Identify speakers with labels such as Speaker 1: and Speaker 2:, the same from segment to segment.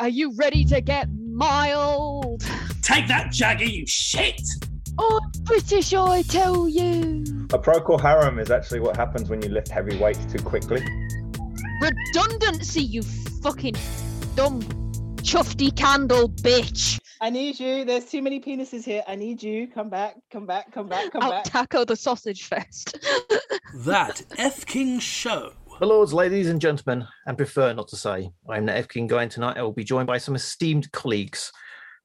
Speaker 1: are you ready to get mild?
Speaker 2: Take that, Jaggy, you shit!
Speaker 1: Oh, British, I tell you.
Speaker 3: A procol harum is actually what happens when you lift heavy weights too quickly.
Speaker 1: Redundancy, you fucking dumb chufty candle bitch.
Speaker 4: I need you. There's too many penises here. I need you. Come back. Come back. Come back. Come
Speaker 1: I'll
Speaker 4: back.
Speaker 1: tackle the sausage first.
Speaker 2: That F King show.
Speaker 5: My lords, ladies, and gentlemen, and prefer not to say, I am the F King Guy, and tonight I will be joined by some esteemed colleagues.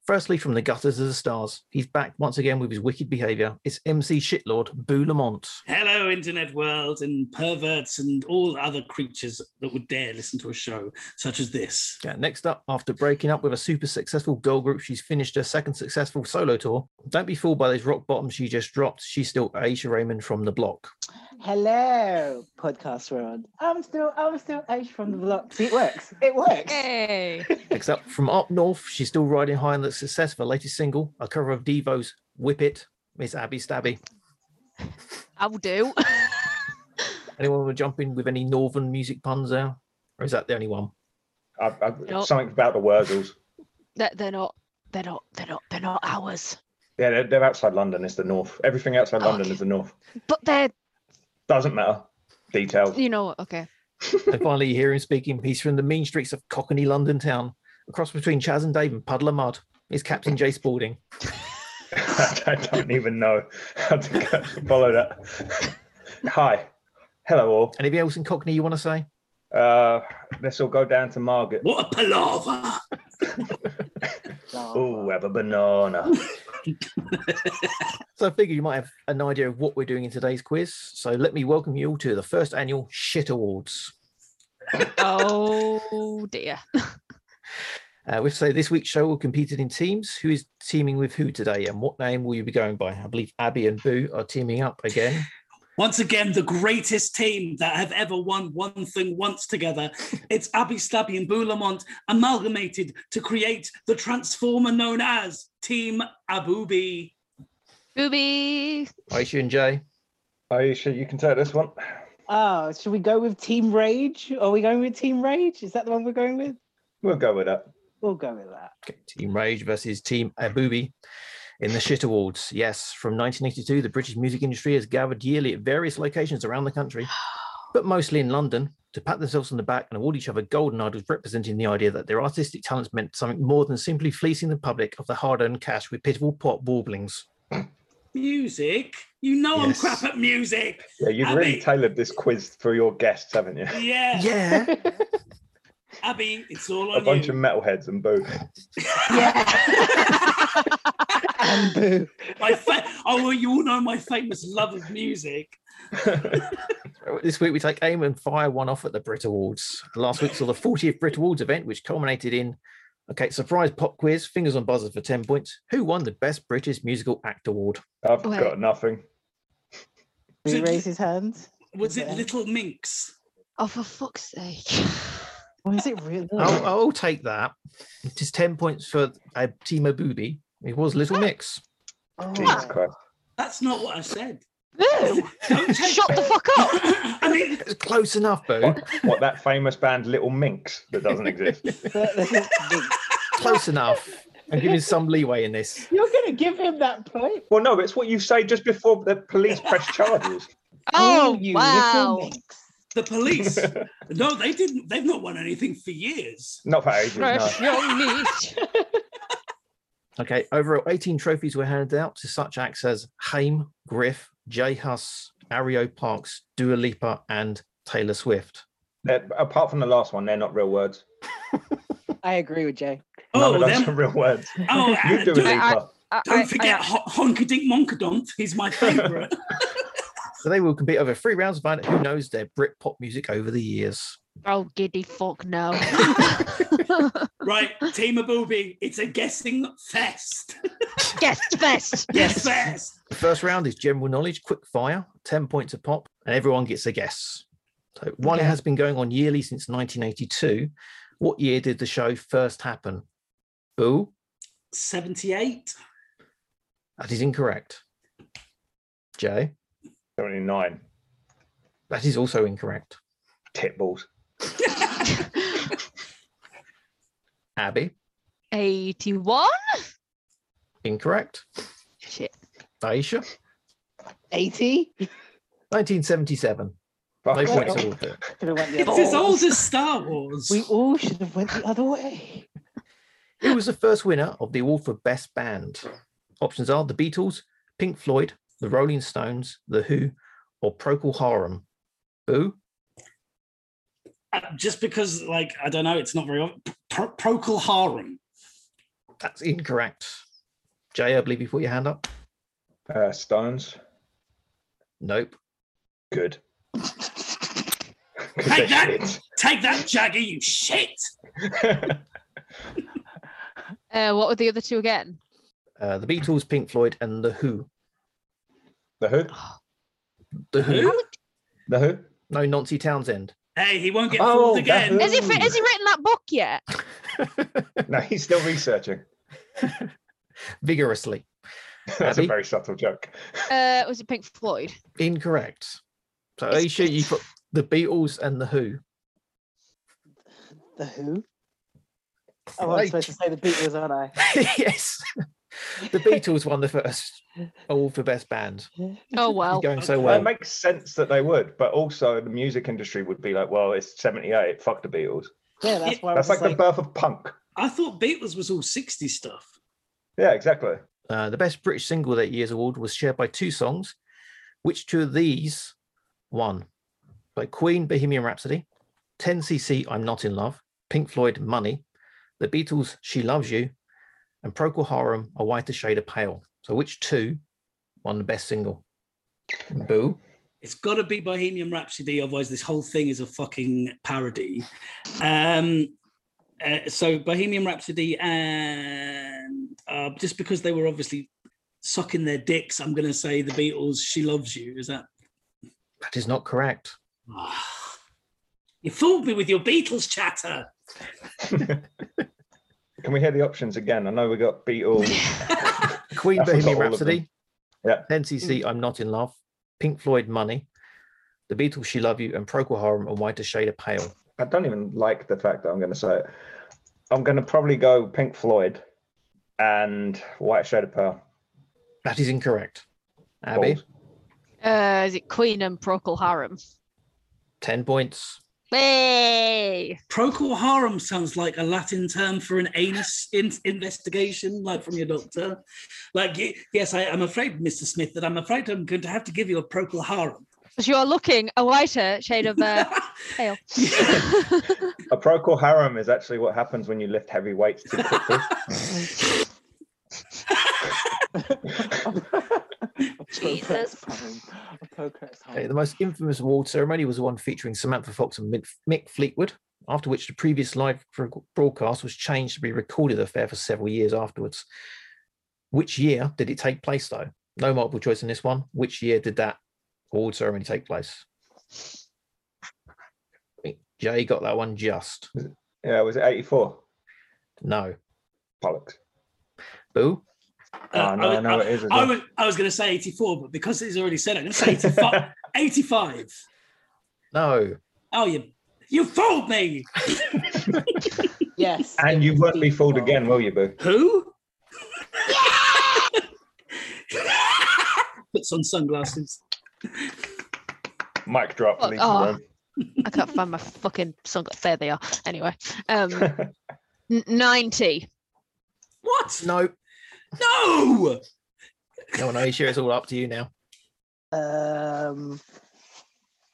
Speaker 5: Firstly, from the gutters of the stars, he's back once again with his wicked behaviour. It's MC Shitlord Boo Lamont.
Speaker 2: Hello, internet world, and perverts, and all other creatures that would dare listen to a show such as this.
Speaker 5: Yeah, next up, after breaking up with a super successful girl group, she's finished her second successful solo tour. Don't be fooled by those rock bottoms she just dropped. She's still Aisha Raymond from the block.
Speaker 4: Hello, podcast world. I'm still, I'm still H from the block. See, it works. It works.
Speaker 1: Hey.
Speaker 5: Next up, from up north, she's still riding high on the success of her latest single, a cover of Devo's Whip It, Miss Abby Stabby.
Speaker 1: I'll do.
Speaker 5: Anyone want to jump in with any northern music puns there? Or is that the only one?
Speaker 3: I, I,
Speaker 1: Nope.
Speaker 3: Something about the Wurzels.
Speaker 1: They're, they're not. They're not. They're not. They're not ours.
Speaker 3: Yeah, they're, they're outside London. It's the north. Everything outside
Speaker 1: Oh,
Speaker 3: London
Speaker 1: okay.
Speaker 3: is the north.
Speaker 1: But they're.
Speaker 3: Doesn't matter. Details.
Speaker 1: You know. Okay.
Speaker 5: and finally, you hear him speaking. He's from the mean streets of Cockney London town, across between Chaz and Dave and Puddle of Mud. Is Captain Jay Spalding.
Speaker 3: I don't even know how to go- follow that. Hi. Hello, all.
Speaker 5: Anybody else in Cockney you want to say?
Speaker 3: Uh, this will go down to Margaret.
Speaker 2: What a palaver!
Speaker 3: Oh, have a banana.
Speaker 5: So I figure you might have an idea of what we're doing in today's quiz. So let me welcome you all to the first annual Shit Awards.
Speaker 1: Oh dear.
Speaker 5: Uh, we say this week's show will competed in teams. Who is teaming with who today, and what name will you be going by? I believe Abby and Boo are teaming up again.
Speaker 2: Once again, the greatest team that have ever won one thing once together. It's Abby Stabby and Boo Lamont amalgamated to create the transformer known as Team Abubi.
Speaker 1: Booby.
Speaker 5: Aisha and Jay.
Speaker 3: Aisha, you can take this one.
Speaker 4: Oh, should we go with Team Rage? Are we going with Team Rage? Is that the one we're going with?
Speaker 3: We'll go with that.
Speaker 4: We'll go with that.
Speaker 5: Okay, Team Rage versus Team Abubi in the Shit Awards. Yes, from 1982, the British music industry has gathered yearly at various locations around the country, but mostly in London, to pat themselves on the back and award each other golden idols representing the idea that their artistic talents meant something more than simply fleecing the public of the hard-earned cash with pitiful pot warblings.
Speaker 2: Music? You know
Speaker 5: Yes.
Speaker 2: I'm crap at music.
Speaker 3: Yeah, you've
Speaker 2: Abby.
Speaker 3: really tailored this quiz for your guests, haven't you?
Speaker 2: Yeah.
Speaker 5: Yeah.
Speaker 2: Abby, it's all
Speaker 3: A
Speaker 2: on
Speaker 3: bunch
Speaker 2: you.
Speaker 3: of metalheads and boo.
Speaker 4: And boo.
Speaker 2: my fa- oh, well, you all know my famous love of music.
Speaker 5: This week we take aim and fire one off at the Brit Awards. Last week saw the 40th Brit Awards event, which culminated in okay, surprise pop quiz, fingers on buzzers for 10 points. Who won the Best British Musical Act Award?
Speaker 3: I've
Speaker 1: Wait.
Speaker 3: got nothing.
Speaker 4: Did he
Speaker 2: Did-
Speaker 4: raise his hand?
Speaker 2: Was it
Speaker 4: Yeah.
Speaker 2: Little Minx?
Speaker 1: Oh, for fuck's sake.
Speaker 4: Or is it really?
Speaker 5: I'll, I'll take that. It is 10 points for uh, Timo Booby. It was Little Mix.
Speaker 4: Oh.
Speaker 3: Jesus Christ.
Speaker 2: That's not what I said.
Speaker 1: No.
Speaker 2: Don't take-
Speaker 1: Shut the fuck up.
Speaker 2: I mean,
Speaker 5: It was close enough, Boo.
Speaker 3: What, what that famous band Little Minx that doesn't exist.
Speaker 5: close enough. I'm giving some leeway in this.
Speaker 4: You're gonna give him that point.
Speaker 3: Well, no, it's what you say just before the police press charges.
Speaker 1: Oh,
Speaker 4: you little
Speaker 1: wow.
Speaker 4: minx.
Speaker 2: the police. No, they didn't. They've not won anything for years.
Speaker 3: Not for ages, no.
Speaker 1: Fresh young meat.
Speaker 5: Okay, overall, 18 trophies were handed out to such acts as Haim, Griff, Jay Huss, Ario Parks, Dua Lipa, and Taylor Swift.
Speaker 3: They're- apart from the last one, they're not real words.
Speaker 4: I agree with Jay.
Speaker 3: None
Speaker 2: Oh,
Speaker 3: of those
Speaker 2: them.
Speaker 3: are real words.
Speaker 2: Oh,
Speaker 3: You
Speaker 2: uh,
Speaker 3: do
Speaker 2: don't,
Speaker 3: it,
Speaker 1: I- I-
Speaker 3: Lisa.
Speaker 1: I-
Speaker 2: don't
Speaker 1: I- I-
Speaker 2: forget Honka Dink Monkadonk. He's my favorite.
Speaker 5: So they will compete over three rounds of who knows their Brit pop music over the years.
Speaker 1: Oh, giddy fuck no.
Speaker 2: right, Team Abubi. It's a guessing fest.
Speaker 1: Guest fest.
Speaker 2: Yes, fest.
Speaker 5: The first round is general knowledge, quick fire, 10 points a pop, and everyone gets a guess. So while it
Speaker 1: Okay.
Speaker 5: has been going on yearly since 1982, what year did the show first happen? Boo,
Speaker 2: Seventy-eight.
Speaker 5: that is incorrect. Jay,
Speaker 3: 79.
Speaker 5: that is also incorrect.
Speaker 3: Tit balls.
Speaker 5: Abby,
Speaker 1: 81?
Speaker 5: incorrect.
Speaker 1: Shit.
Speaker 5: Aisha,
Speaker 4: 80?
Speaker 5: 1977. No
Speaker 3: Fuck.
Speaker 5: points awarded.
Speaker 4: Should have went the
Speaker 2: It's
Speaker 4: other
Speaker 2: as
Speaker 4: way.
Speaker 2: old as Star Wars.
Speaker 4: We all should have went the other way.
Speaker 5: Who was the first winner of the award for Best Band? Options are The Beatles, Pink Floyd, The Rolling Stones, The Who, or Procol Harum. Boo?
Speaker 2: Uh, Just because, like, I don't know, it's not very. ob- Pro- Procol Harum.
Speaker 5: That's incorrect. Jay, I believe you put your hand up.
Speaker 3: Uh, Stones.
Speaker 5: Nope.
Speaker 3: Good. 'Cause
Speaker 2: Take
Speaker 3: they're
Speaker 2: that! Take that, Jagger, you shit!
Speaker 3: shit.
Speaker 1: Uh, what were the other two again?
Speaker 5: Uh, the Beatles, Pink Floyd, and The Who.
Speaker 3: the who?
Speaker 5: The Who?
Speaker 2: Who?
Speaker 3: The who?
Speaker 5: No, Nancy Townsend.
Speaker 2: Hey, he won't get
Speaker 3: Oh,
Speaker 2: fooled
Speaker 3: that-
Speaker 2: again.
Speaker 1: Has he, fi- has he written that book yet?
Speaker 3: No, he's still researching.
Speaker 5: Vigorously.
Speaker 3: That's a
Speaker 5: Abby?
Speaker 3: very subtle joke.
Speaker 1: Uh, was it Pink Floyd?
Speaker 5: Incorrect. So,
Speaker 1: It's-
Speaker 5: Aisha, you put The Beatles and The Who.
Speaker 4: The who? Oh, I'm
Speaker 5: Right.
Speaker 4: supposed to say the Beatles, aren't I?
Speaker 5: yes. The Beatles won the first award for Best Band.
Speaker 1: Oh, well.
Speaker 5: You're going so
Speaker 2: Okay.
Speaker 5: well.
Speaker 3: it makes sense that they would, but also the music industry would be like, well, it's 78, fuck the Beatles.
Speaker 4: Yeah, that's why I was
Speaker 3: That's like, the
Speaker 4: like,
Speaker 3: birth of punk.
Speaker 2: I thought Beatles was all 60 stuff.
Speaker 3: Yeah, exactly.
Speaker 5: Uh, the best British single that year's award was shared by two songs. Which two of these won? By Queen, Bohemian Rhapsody, 10cc, I'm Not in Love, Pink Floyd, Money, The Beatles, She Loves You, and Procol Harum, A Whiter Shade of Pale. So which two won the best single? Boo.
Speaker 2: It's got to be Bohemian Rhapsody, otherwise this whole thing is a fucking parody. Um, uh, so Bohemian Rhapsody, and uh, just because they were obviously sucking their dicks, I'm going to say the Beatles. She loves you. Is that?
Speaker 5: That is not correct.
Speaker 2: you fooled me with your Beatles chatter.
Speaker 3: Can we hear the options again? I know we got Beatles.
Speaker 5: Queen,
Speaker 3: I forgot
Speaker 5: Bohemian
Speaker 3: all of them. Mm.
Speaker 5: Rhapsody,
Speaker 3: Yeah.
Speaker 5: 10cc, I'm Not in Love, Pink Floyd, Money, The Beatles, She Love You, and Procol Harum, A Whiter Shade of Pale.
Speaker 3: I don't even like the fact that I'm going to say it. I'm going to probably go Pink Floyd and White Shade of Pearl.
Speaker 5: That is incorrect. Abby,
Speaker 3: Balls.
Speaker 1: Uh, is it Queen and Procol Harum?
Speaker 5: 10 points.
Speaker 1: Hey!
Speaker 2: Procol harum sounds like a Latin term for an anus in- investigation, like from your doctor. Like, y- yes, I am afraid, Mr. Smith, that I'm afraid I'm going to have to give you a procol harum.
Speaker 1: Because you're looking a whiter shade of uh, pale.
Speaker 3: A procol harum is actually what happens when you lift heavy weights too quickly.
Speaker 1: Jesus.
Speaker 4: Oh.
Speaker 5: Okay, the most infamous award ceremony was the one featuring Samantha Fox and Mick, Mick Fleetwood, after which the previous live bro- broadcast was changed to be a recorded affair for several years afterwards. Which year did it take place, though? No multiple choice in this one. Which year did that award ceremony take place? I think Jay got that one just.
Speaker 3: yeah, was it 84?
Speaker 5: No.
Speaker 3: Bollocks.
Speaker 5: Boo?
Speaker 3: Oh,
Speaker 2: Uh, I,
Speaker 3: no, I
Speaker 2: was-
Speaker 3: know it is. as
Speaker 2: I,
Speaker 3: well.
Speaker 2: was, I was going to say 84, but because it's already said, I'm going to say 85. 85.
Speaker 5: No.
Speaker 2: Oh, you you fooled me.
Speaker 4: Yes.
Speaker 3: and
Speaker 4: it
Speaker 3: you
Speaker 4: was
Speaker 3: won't be
Speaker 4: Beatles.
Speaker 3: fooled again, will you, Boo?
Speaker 2: Who? Puts on sunglasses.
Speaker 3: Mic drop.
Speaker 1: Oh,
Speaker 3: leave the
Speaker 1: oh.
Speaker 3: room.
Speaker 1: I can't find my fucking song. There they are. Anyway, um, n- 90.
Speaker 2: What?
Speaker 5: No.
Speaker 2: No.
Speaker 5: No, no, Aisha, it's all up to you now.
Speaker 4: Um,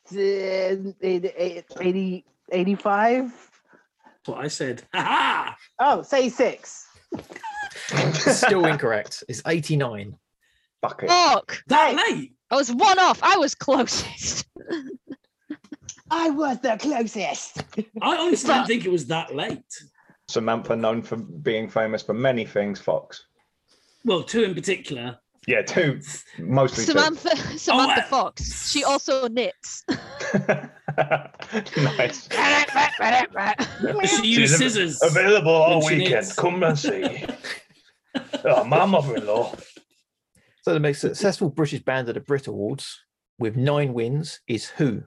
Speaker 4: the- eight- eight- 80, 85?
Speaker 2: That's what I said. Ha
Speaker 4: Oh, say six.
Speaker 5: Still incorrect. It's 89.
Speaker 3: Fuck it.
Speaker 1: Fuck!
Speaker 2: That late.
Speaker 1: I was one off. I was closest.
Speaker 4: I was the closest.
Speaker 2: I honestly didn't think it was that late.
Speaker 3: Samantha, known for being famous for many things, Fox.
Speaker 2: Well, two in particular.
Speaker 3: Yeah, two, mostly
Speaker 1: Samantha Samantha
Speaker 4: Oh,
Speaker 2: uh,
Speaker 1: Fox. She also knits.
Speaker 3: two. nice.
Speaker 2: She
Speaker 3: She's
Speaker 2: used
Speaker 3: a-
Speaker 2: scissors.
Speaker 3: Available all
Speaker 2: When she
Speaker 3: weekend.
Speaker 2: needs.
Speaker 3: Come and see. oh, my mother-in-law. Oh,
Speaker 5: So the most successful British band at the Brit Awards with nine wins is Who?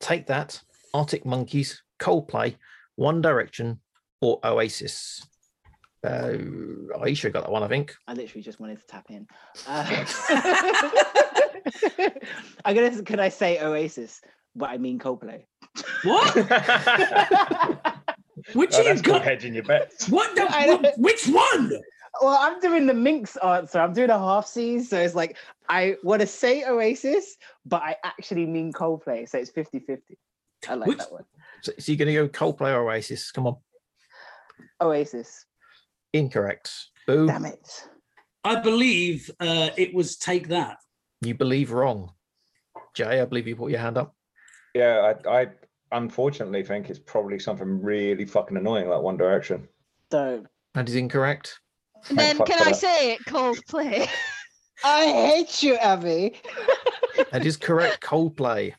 Speaker 5: Take That, Arctic Monkeys, Coldplay, One Direction, or Oasis. Uh, Aisha got that one, I think.
Speaker 4: I literally just wanted to tap in. Uh, I'm gonna. Could I say Oasis? But I mean Coldplay.
Speaker 2: What?
Speaker 4: well,
Speaker 2: Which
Speaker 3: Oh,
Speaker 2: you
Speaker 3: that's called
Speaker 2: got?
Speaker 3: hedging your bets.
Speaker 2: What the?
Speaker 4: I don't-
Speaker 2: wh- Which one?
Speaker 4: I'm doing the Minx answer. I'm doing a half C, so it's like I want to say Oasis, but I actually mean Coldplay. So it's 50-50. I like
Speaker 2: Which-
Speaker 4: that one.
Speaker 5: So, so you're going to go Coldplay or Oasis? Come on.
Speaker 4: Oasis.
Speaker 5: Incorrect. Boo.
Speaker 4: Damn it.
Speaker 2: I believe uh, it was Take That.
Speaker 5: You believe wrong. Jay, I believe you put your hand up.
Speaker 3: Yeah, I, I unfortunately think it's probably something really fucking annoying like One Direction.
Speaker 4: Don't.
Speaker 5: That is incorrect.
Speaker 3: Thank
Speaker 1: then
Speaker 3: fuck
Speaker 1: can
Speaker 3: for
Speaker 1: I
Speaker 3: that.
Speaker 1: say it? Coldplay.
Speaker 4: I
Speaker 1: Oh.
Speaker 4: hate you, Abby.
Speaker 5: That is correct. Coldplay.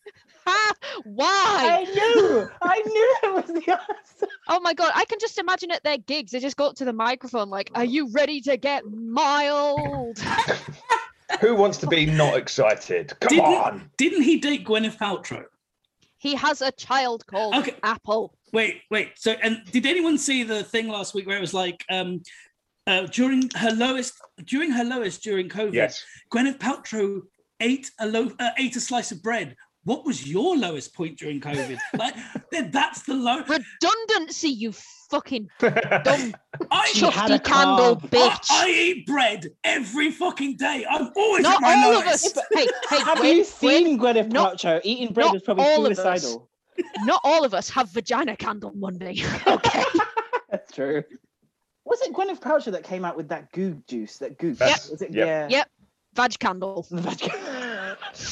Speaker 1: Ha! Why?
Speaker 4: I knew. I knew that was the answer.
Speaker 1: Oh my god! I can just imagine at their gigs, they just go up to the microphone like, "Are you ready to get mild?"
Speaker 3: Who wants to be not excited? Come
Speaker 2: Didn't-
Speaker 3: on.
Speaker 2: Didn't he date Gwyneth Paltrow?
Speaker 1: he has a child called
Speaker 2: Okay.
Speaker 1: Apple.
Speaker 2: Wait, wait. So, and did anyone see the thing last week where it was like um, uh, during her lowest, during her lowest during COVID,
Speaker 3: Yes.
Speaker 2: Gwyneth Paltrow ate a loaf, uh, ate a slice of bread. What was your lowest point during COVID? like, then that's the low.
Speaker 1: Redundancy, you fucking
Speaker 3: Don't
Speaker 1: dumb
Speaker 2: I,
Speaker 4: She had a Oh,
Speaker 1: chusty candle
Speaker 4: carb.
Speaker 2: I,
Speaker 1: bitch.
Speaker 2: I eat bread every fucking day. I'm always
Speaker 1: Not
Speaker 2: at my
Speaker 1: all of
Speaker 2: lowest.
Speaker 1: us. Hey, hey,
Speaker 4: Have
Speaker 1: wait,
Speaker 4: you
Speaker 1: wait.
Speaker 4: seen Gwyneth
Speaker 1: not-
Speaker 4: Paltrow? Eating bread
Speaker 1: not
Speaker 4: was probably
Speaker 1: all of us.
Speaker 4: suicidal.
Speaker 1: Not all of us have vagina candle Monday. Okay.
Speaker 4: That's true. Was it Gwyneth Paltrow that came out with that goo juice? That goo?
Speaker 3: That's-
Speaker 4: Was it?
Speaker 3: yep.
Speaker 4: Yeah.
Speaker 1: Yep. Vag candle.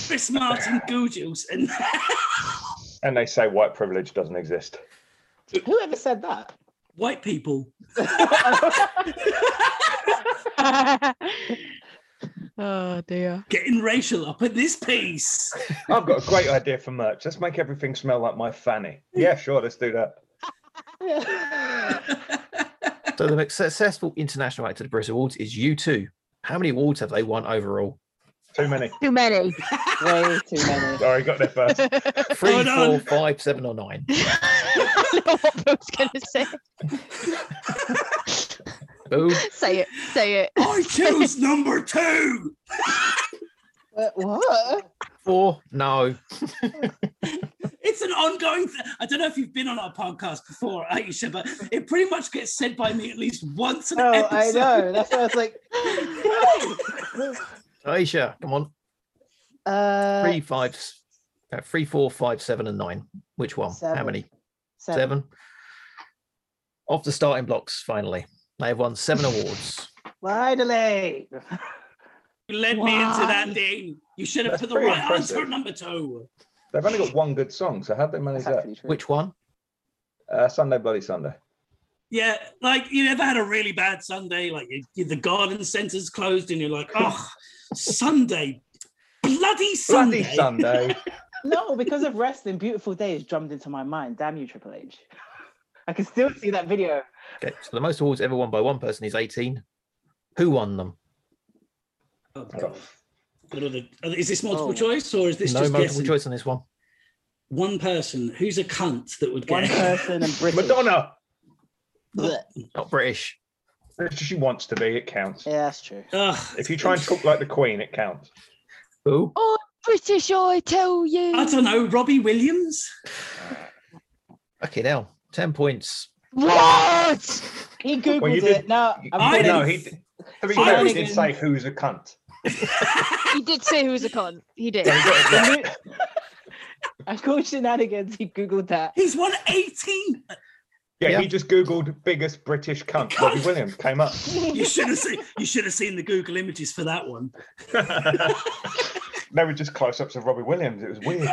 Speaker 2: Chris Martin goo juice and
Speaker 3: And they say white privilege doesn't exist.
Speaker 4: Whoever said that?
Speaker 2: white people.
Speaker 1: oh dear.
Speaker 2: Getting racial up at this piece.
Speaker 3: I've got a great idea for merch. Let's make everything smell like my fanny. Yeah, sure, let's do that.
Speaker 5: So the most successful international act at the Brit Awards is U2. How many awards have they won overall?
Speaker 3: Too many.
Speaker 1: Too many.
Speaker 4: Way too many.
Speaker 3: Sorry, got there first.
Speaker 5: Three,
Speaker 2: Hold
Speaker 5: four,
Speaker 2: on.
Speaker 5: five, seven, or nine.
Speaker 1: I know what I was gonna say.
Speaker 5: Boo.
Speaker 1: Say it. Say it.
Speaker 2: I choose number two.
Speaker 4: But what?
Speaker 5: Four. No.
Speaker 2: It's an ongoing. Th- I don't know if you've been on our podcast before, Aisha, but it pretty much gets said by me at least once an
Speaker 4: No,
Speaker 3: Oh,
Speaker 4: I
Speaker 2: episode.
Speaker 4: know. That's why I was like,
Speaker 5: Aisha, come on.
Speaker 4: uh,
Speaker 5: Three, five, s- uh, three, four, five, seven, and nine. Which one? How
Speaker 4: Seven.
Speaker 5: many?
Speaker 4: seven.
Speaker 5: Off the starting blocks, finally. They have won seven awards.
Speaker 4: Why delay?
Speaker 2: You led me into
Speaker 1: Why?
Speaker 2: that, Dean. You should have
Speaker 3: That's
Speaker 2: put the
Speaker 3: pretty
Speaker 2: right
Speaker 3: impressive.
Speaker 2: answer at number two.
Speaker 3: They've only got one good song, so how'd they manage
Speaker 4: That's
Speaker 3: that?
Speaker 4: actually true.
Speaker 5: Which one?
Speaker 3: Uh, Sunday Bloody Sunday.
Speaker 2: Yeah, like you never had a really bad Sunday. Like you, you- the garden centre's closed, and you're like, oh, Sunday, bloody Sunday.
Speaker 3: Bloody Sunday.
Speaker 4: No, because of wrestling, beautiful day is drummed into my mind. Damn you, Triple H. I can still see that video.
Speaker 5: Okay, so the most awards ever won by one person is 18. Who won them?
Speaker 2: Oh, God. What are the- are- is this multiple
Speaker 4: Oh.
Speaker 2: choice or is this
Speaker 5: no
Speaker 2: just
Speaker 5: multiple
Speaker 2: guessing?
Speaker 5: choice on this one.
Speaker 2: One person. Who's a cunt that would
Speaker 4: One
Speaker 2: get?
Speaker 4: person and British.
Speaker 3: Madonna.
Speaker 4: Blech.
Speaker 5: Not British.
Speaker 3: She wants to be, it counts.
Speaker 4: Yeah, that's true.
Speaker 2: Ugh,
Speaker 3: If you try and talk like the Queen, it counts.
Speaker 5: Who?
Speaker 1: British, I tell you.
Speaker 2: I don't know, Robbie Williams.
Speaker 5: Okay, now 10 points.
Speaker 1: What?
Speaker 4: He googled
Speaker 3: you
Speaker 4: it.
Speaker 3: did-
Speaker 4: No,
Speaker 3: you-
Speaker 4: I'm
Speaker 2: I
Speaker 4: gonna-
Speaker 3: no,
Speaker 2: didn't-
Speaker 3: he did. To be
Speaker 2: I
Speaker 3: fair, he
Speaker 2: didn't-
Speaker 3: did say who's a cunt.
Speaker 1: He did say who was a con. He did.
Speaker 3: Yeah, he got it right.
Speaker 4: I knew- I called shenanigans. He googled that.
Speaker 2: He's won 18.
Speaker 3: Yeah,
Speaker 5: Yeah.
Speaker 3: he just googled biggest British cunt. Robbie Williams came up.
Speaker 2: You should have seen. You should have seen the Google images for that one.
Speaker 3: they were just close-ups of Robbie Williams. It was weird.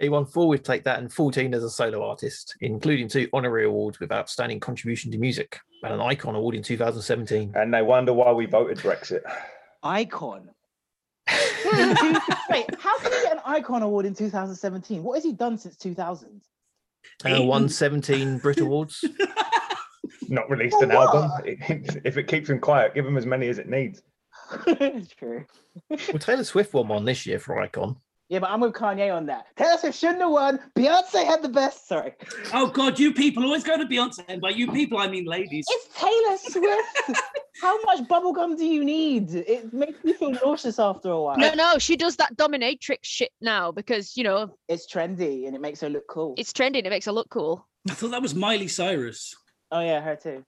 Speaker 5: He won four with Take That and 14 as a solo artist, including two honorary awards with Outstanding Contribution to Music and an Icon Award in 2017.
Speaker 3: And they wonder why we voted Brexit.
Speaker 4: Icon. Wait, how can he get an icon award in 2017? What has he done since 2000?
Speaker 5: Uh, won 17 Brit Awards.
Speaker 3: Not released
Speaker 4: For
Speaker 3: an album. if it keeps him quiet, give him as many as it needs.
Speaker 4: it's true.
Speaker 5: Well, Taylor Swift won one this year for Icon.
Speaker 4: Yeah, but I'm with Kanye on that. Taylor Swift shouldn't have won. Beyonce had the best. Sorry.
Speaker 2: Oh God, you people always go to Beyonce, and by you people I mean ladies.
Speaker 4: It's Taylor Swift. How much bubblegum do you need? It makes me feel nauseous after a while.
Speaker 1: No, no, she does that dominatrix shit now because you know
Speaker 4: It's trendy and it makes her look cool.
Speaker 1: it's trending. It makes her look cool.
Speaker 2: I thought that was Miley Cyrus.
Speaker 4: oh yeah, her too.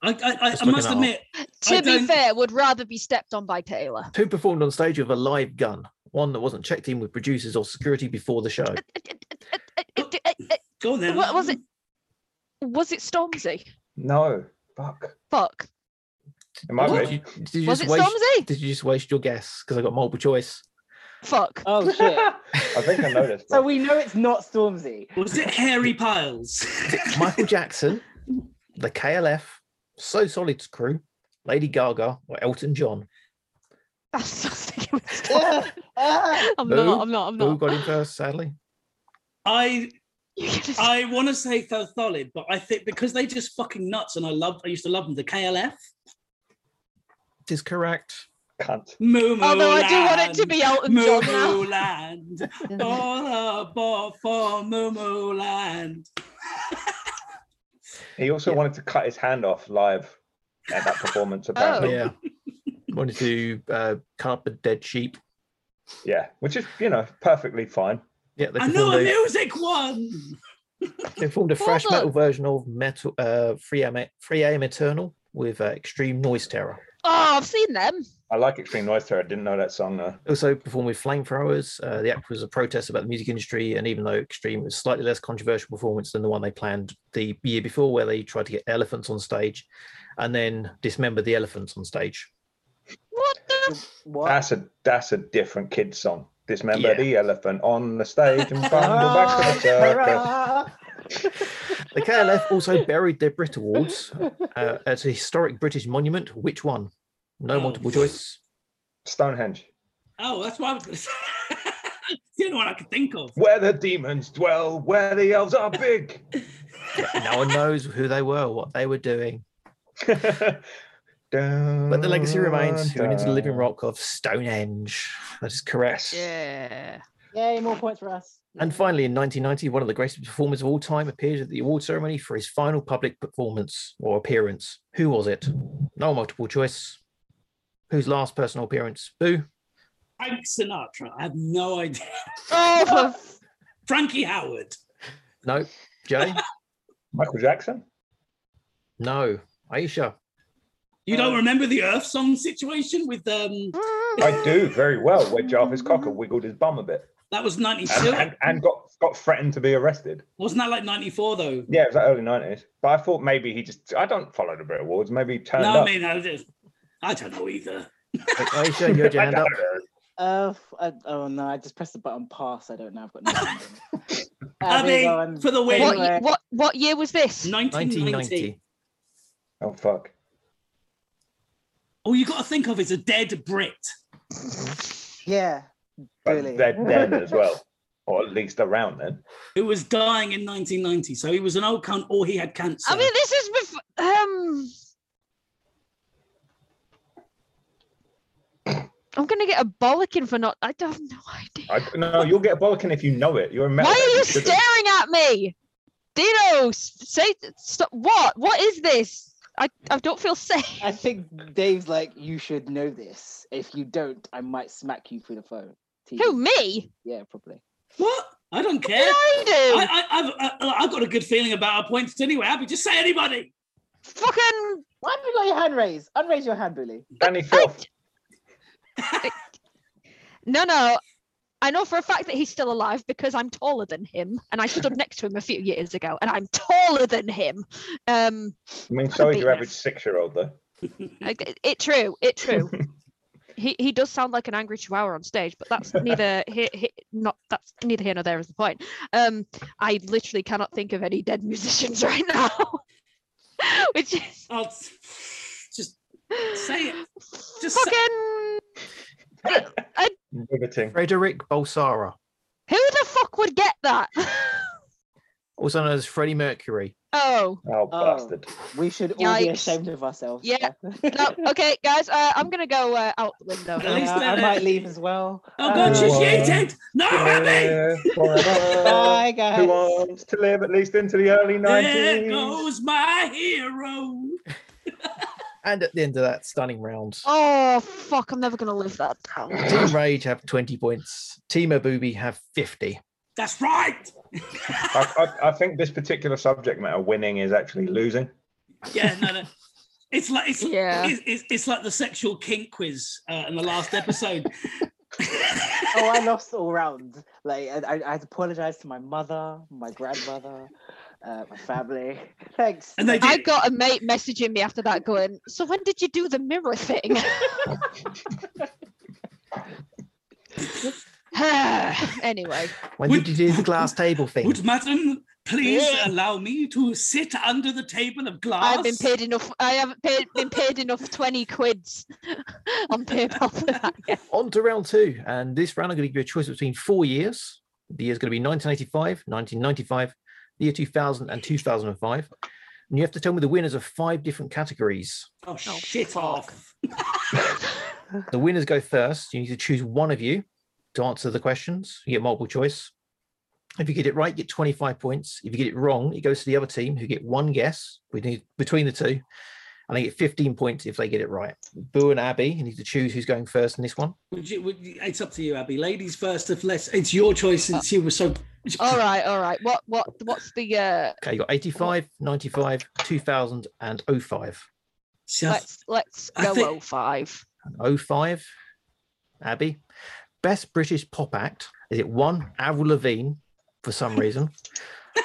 Speaker 2: I I, I,
Speaker 5: Just
Speaker 2: I
Speaker 5: looking
Speaker 2: must
Speaker 5: that up.
Speaker 2: admit,
Speaker 1: To be
Speaker 2: don't-
Speaker 1: fair, would rather be stepped on by Taylor.
Speaker 5: Who performed on stage with a live gun, one that wasn't checked in with producers or security before the show.
Speaker 2: go on then.
Speaker 1: What was it? Was it Stormzy?
Speaker 3: No, fuck.
Speaker 1: Fuck.
Speaker 3: It might
Speaker 5: Did
Speaker 3: be.
Speaker 5: you, did you
Speaker 1: Was
Speaker 5: just
Speaker 1: it
Speaker 5: waste,
Speaker 1: Stormzy?
Speaker 5: Did you just waste your guess? Because I got multiple choice.
Speaker 1: Fuck.
Speaker 4: Oh shit.
Speaker 3: I think I noticed.
Speaker 4: so we know it's not Stormzy.
Speaker 2: Was it Harry Piles?
Speaker 5: Michael Jackson, the KLF, So Solid's crew, Lady Gaga, or Elton John.
Speaker 1: I'm not sticking with Stormzy.
Speaker 4: Ah, ah.
Speaker 1: I'm
Speaker 5: Who?
Speaker 1: not. I'm not. I'm
Speaker 5: Who
Speaker 1: not.
Speaker 5: got in first, sadly?
Speaker 2: I
Speaker 1: You're gonna s-
Speaker 2: I want to say Tho Solid, but I think because they just fucking nuts, and I loved I used to love them. The KLF.
Speaker 5: It is correct.
Speaker 3: Cunt.
Speaker 2: Moo Moo
Speaker 1: Although I do want it to
Speaker 2: Land,
Speaker 1: be Elton
Speaker 2: Moo
Speaker 1: John now.
Speaker 2: Moo Land.
Speaker 1: Oh,
Speaker 2: All aboard for Moo Moo Land.
Speaker 3: He also
Speaker 5: Yeah.
Speaker 3: wanted to cut his hand off live at that
Speaker 4: Oh.
Speaker 3: performance, apparently.
Speaker 5: Yeah. Wanted to uh, cut up a dead sheep.
Speaker 3: Yeah, which is, you know, perfectly fine.
Speaker 5: Yeah, they
Speaker 2: I know a
Speaker 5: performed a,
Speaker 2: music one.
Speaker 5: they formed a fresh
Speaker 1: Hold
Speaker 5: metal
Speaker 1: on.
Speaker 5: version of metal, uh, Free Am, Free Am Eternal with uh, Extreme Noise Terror.
Speaker 1: Oh, I've seen them.
Speaker 3: I like Extreme Noise Terror. I didn't know that song, though.
Speaker 5: also performed with flamethrowers. Uh, the act was a protest about the music industry, and even though extreme was a slightly less controversial performance than the one they planned the year before, where they tried to get elephants on stage and then dismembered the elephants on stage.
Speaker 1: What the?
Speaker 4: What?
Speaker 3: That's a that's a different kid song. Dismember
Speaker 5: Yeah.
Speaker 3: the elephant on the stage and bundle back to the circus.
Speaker 4: Ah,
Speaker 5: The KLF also buried their Brit Awards uh, as a historic British monument. Which one? No
Speaker 2: Oh.
Speaker 5: multiple choice.
Speaker 3: Stonehenge.
Speaker 2: Oh, that's what I was going to say. It's the only one I could think of.
Speaker 3: Where the demons dwell, where the elves are big.
Speaker 5: No one knows who they were, what they were doing.
Speaker 3: but
Speaker 5: But the legacy remains going into the living rock of Stonehenge. That is correct.
Speaker 1: Yeah.
Speaker 4: Yay, more points for us.
Speaker 5: And finally, in 1990, one of the greatest performers of all time appeared at the award ceremony for his final public performance or appearance. Who was it? No multiple choice. Whose last personal appearance? Boo.
Speaker 2: Frank Sinatra. I have no idea.
Speaker 1: Oh, for
Speaker 2: Frankie Howard.
Speaker 5: No. Jay.
Speaker 3: Michael Jackson?
Speaker 5: No. Aisha.
Speaker 2: You don't
Speaker 4: Uh,
Speaker 2: remember the Earth song situation with um
Speaker 3: I do very well, where Jarvis Cocker wiggled his bum a bit
Speaker 2: that was
Speaker 3: and,
Speaker 2: 92.
Speaker 3: and, and got, got threatened to be arrested.
Speaker 2: Wasn't that like 94 though?
Speaker 3: Yeah, it was the early 90s. But I thought maybe he just, I don't follow the Brit Awards, maybe he turned
Speaker 2: No, I
Speaker 3: up.
Speaker 2: mean I just I don't know either.
Speaker 5: Aisha, you had your
Speaker 3: I
Speaker 5: hand
Speaker 3: don't
Speaker 5: up.
Speaker 3: know.
Speaker 4: Uh, f- I, oh no, I just pressed the button pass. I don't know. I've got Uh, nothing.
Speaker 2: I mean, for the win.
Speaker 1: what,
Speaker 2: Anyway.
Speaker 1: y- what? What year was this?
Speaker 2: 1990.
Speaker 5: 1990.
Speaker 3: Oh, fuck.
Speaker 2: All you got to think of is a dead Brit.
Speaker 4: Yeah,
Speaker 3: But
Speaker 4: really.
Speaker 3: they're dead as well, or at least around then.
Speaker 2: who was dying in 1990. So he was an old cunt or he had cancer.
Speaker 1: I mean, this is before. Um, I'm gonna get a bollocking for not. I don't have no idea.
Speaker 3: I, no, you'll get a bollocking if you know it. You're a
Speaker 1: Why
Speaker 3: metal.
Speaker 1: are you staring at me, Dino? s- Say stop. What? What is this? I I don't feel safe.
Speaker 4: I think Dave's like, you should know this. If you don't, I might smack you through the phone. TV.
Speaker 1: Who me?
Speaker 4: Yeah, probably.
Speaker 2: what? I don't
Speaker 1: What did
Speaker 2: care.
Speaker 1: I do?
Speaker 2: I, I, I've, I, I've got a good feeling about our points anyway. Abby, just say anybody.
Speaker 1: Fucking.
Speaker 4: Why have you got your hand raised? Unraise your hand, Billy.
Speaker 3: Danny Filth.
Speaker 1: No, no. I know for a fact that he's still alive because I'm taller than him, and I stood next to him a few years ago, and I'm taller than him. Um,
Speaker 3: I mean, so is
Speaker 1: beat
Speaker 3: your
Speaker 1: me.
Speaker 3: average six-year-old though.
Speaker 1: I- it, it true, it true. he he does sound like an angry chihuahua on stage, but that's neither here not that's neither here nor there is the point. Um, I literally cannot think of any dead musicians right now, which is
Speaker 2: I'll just say it. Just say-
Speaker 1: fucking.
Speaker 3: Riveting.
Speaker 5: Frederick Bolsara.
Speaker 1: Who the fuck would get that?
Speaker 5: also known as Freddie Mercury.
Speaker 1: Oh,
Speaker 3: Oh,
Speaker 4: Oh.
Speaker 3: bastard.
Speaker 4: We should all be
Speaker 1: Yikes.
Speaker 4: ashamed of ourselves.
Speaker 1: Yeah. no, okay, guys, uh, I'm gonna go uh, out the window.
Speaker 4: Uh,
Speaker 2: At least
Speaker 4: I
Speaker 2: they're-
Speaker 4: might leave as well.
Speaker 2: Oh god, she's
Speaker 3: Uh,
Speaker 2: yeeted! No, Abby!
Speaker 3: Yeah, forever.
Speaker 4: Bye, guys.
Speaker 3: Who wants to live at least into the early
Speaker 2: There
Speaker 3: 90s?
Speaker 2: goes my hero.
Speaker 5: And at the end of that stunning round,
Speaker 1: Oh fuck! I'm never gonna live that down.
Speaker 5: Team Rage have 20 points, Team Abubi have 50.
Speaker 2: That's right.
Speaker 3: I, I, I think this particular subject matter, winning is actually losing.
Speaker 2: Yeah, no, no. It's like it's,
Speaker 1: Yeah.
Speaker 2: it's, it's, it's like the sexual kink quiz uh, in the last episode.
Speaker 4: Oh, I lost all round. Like I, I, I apologize to my mother, my grandmother, uh, my family. Thanks.
Speaker 2: And they
Speaker 4: Thank-
Speaker 1: I got a mate messaging me after that, going, "So when did you do the mirror thing?" anyway,
Speaker 5: When
Speaker 2: Would-
Speaker 5: did you do the glass table thing?
Speaker 2: Would madam please
Speaker 1: Yeah.
Speaker 2: allow me to sit under the table of glass?
Speaker 1: I've been paid enough. I haven't paid, been paid enough twenty quids on PayPal for that. yet.
Speaker 5: On to round two. And this round, I'm going to give you a choice between four years. The year's going to be 1985, 1995, the year 2000, and 2005. And you have to tell me the winners of five different categories.
Speaker 2: Oh, shit off.
Speaker 5: The winners go first. You need to choose one of you to answer the questions. You get multiple choice. If you get it right, you get 25 points. If you get it wrong, it goes to the other team who get one guess between between the two. And they get 15 points if they get it right. Boo and Abby, you need to choose who's going first in this one.
Speaker 2: Would you, would you- it's up to you, Abby. Ladies first, if less. It's your choice since you were so.
Speaker 1: Uh, all right, all right. What, what, what's the? Uh,
Speaker 5: Okay, you got 85, 95, 2000, and 05.
Speaker 2: See, I-
Speaker 1: let's let's
Speaker 2: I
Speaker 1: go
Speaker 2: think-
Speaker 1: 05.
Speaker 5: 05, Abby. Best British pop act. Is it one, Avril Lavigne, for some reason?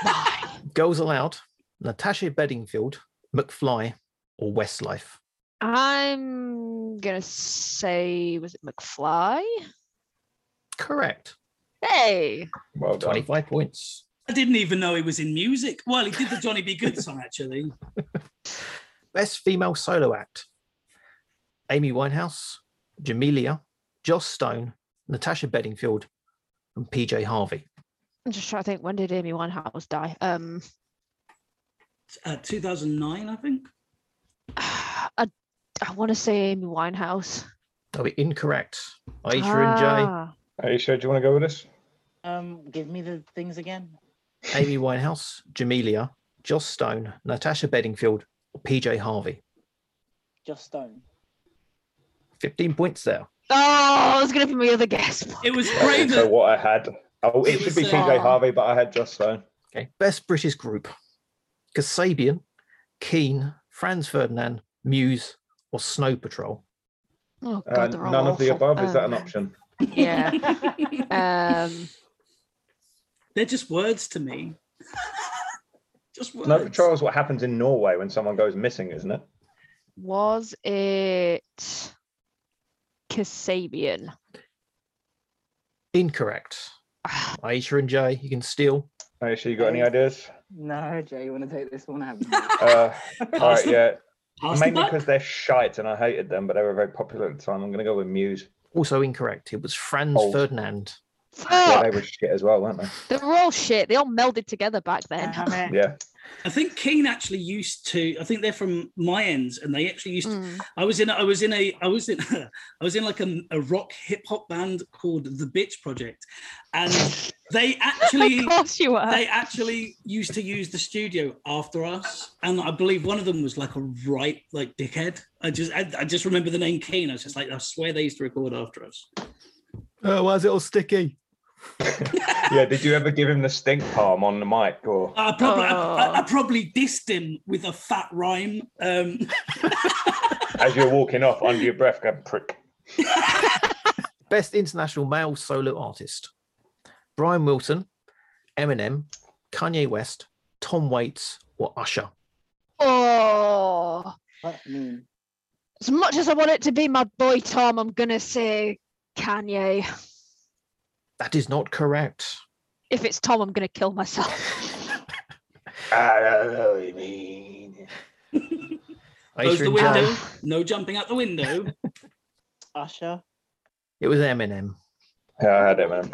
Speaker 1: Why?
Speaker 5: Girls Aloud, Natasha Bedingfield, McFly, or Westlife?
Speaker 1: I'm gonna say, was it McFly?
Speaker 5: Correct.
Speaker 1: Hey,
Speaker 3: Well done.
Speaker 5: 25 points.
Speaker 2: I didn't even know he was in music. Well, he did the Johnny B. Good song, actually.
Speaker 5: Best female solo act. Amy Winehouse, Jamelia, Joss Stone, Natasha Bedingfield, and PJ Harvey.
Speaker 1: I'm just trying to think. When did Amy Winehouse die? Um,
Speaker 2: Uh, 2009, I think.
Speaker 1: I I want to say Amy Winehouse.
Speaker 5: That'll be incorrect. Aisha and Jay.
Speaker 1: Ah,
Speaker 3: Are you sure? Do you want to go with this?
Speaker 4: um, give me the things again.
Speaker 5: Amy Winehouse, Jamelia, Joss Stone, Natasha Bedingfield, or PJ Harvey.
Speaker 4: Just stone.
Speaker 5: 15 points there.
Speaker 1: Oh, it's gonna be my other guess.
Speaker 2: It was
Speaker 3: I didn't know
Speaker 2: Braver.
Speaker 3: what I had. Oh, it,
Speaker 2: It
Speaker 3: should be
Speaker 2: was,
Speaker 3: PJ
Speaker 1: uh,
Speaker 3: Harvey, but I had Just Stone.
Speaker 5: Okay. Best British group Kasabian, Keane, Franz Ferdinand, Muse, or Snow Patrol.
Speaker 1: Oh god,
Speaker 3: Uh,
Speaker 1: they're all
Speaker 3: none of the
Speaker 1: awful.
Speaker 3: above. Is that an
Speaker 1: Um,
Speaker 3: option?
Speaker 1: Yeah. um,
Speaker 2: They're just words to me. just words.
Speaker 3: No control is what happens in Norway when someone goes missing, isn't it?
Speaker 1: was it Kasabian?
Speaker 5: Incorrect. Aisha and Jay, you can steal.
Speaker 3: Hey, so you got any ideas?
Speaker 4: No, Jay, you want to take this one? I haven't.
Speaker 3: Uh, all right,
Speaker 2: the-
Speaker 3: yeah.
Speaker 2: Pass the
Speaker 3: Mainly
Speaker 2: buck.
Speaker 3: because they're shite and I hated them, but they were very popular at the time. I'm going to go with Muse.
Speaker 5: Also incorrect. It was Franz
Speaker 3: Oh.
Speaker 5: Ferdinand.
Speaker 3: Yeah,
Speaker 1: Fuck!
Speaker 3: they were shit as well, weren't they?
Speaker 1: They were all shit. They all melded together back then.
Speaker 4: Damn it.
Speaker 3: Yeah.
Speaker 2: I think Keane actually used to. I think they're from my ends, and they actually used to
Speaker 1: Mm.
Speaker 2: I was in I was in a I was in I was in like a, a rock hip hop band called The Bitch Project, and they actually
Speaker 1: of course you were.
Speaker 2: they actually used to use the studio after us, and I believe one of them was like a right like dickhead. I just I, I just remember the name Kane. I was just like I swear they used to record after us.
Speaker 5: Oh, why is it all sticky?
Speaker 3: Yeah. Did you ever give him the stink palm on the mic or?
Speaker 2: I probably I, I- I
Speaker 1: Oh.
Speaker 2: probably dissed him with a fat rhyme. Um,
Speaker 3: as you're walking off under your breath, going prick.
Speaker 5: Best international male solo artist Brian Wilson, Eminem, Kanye West, Tom Waits, or Usher.
Speaker 1: Oh,
Speaker 4: Fuck me.
Speaker 1: as much as I want it to be my boy Tom, I'm gonna say Kanye.
Speaker 5: That is not correct.
Speaker 1: If it's Tom, I'm gonna kill myself.
Speaker 3: Ah, I don't know what you mean.
Speaker 2: close the
Speaker 5: Aisha and Jay.
Speaker 2: window.
Speaker 1: Oh,
Speaker 2: No jumping out the window.
Speaker 4: Usher.
Speaker 5: It was Eminem.
Speaker 3: Yeah, I had it, man.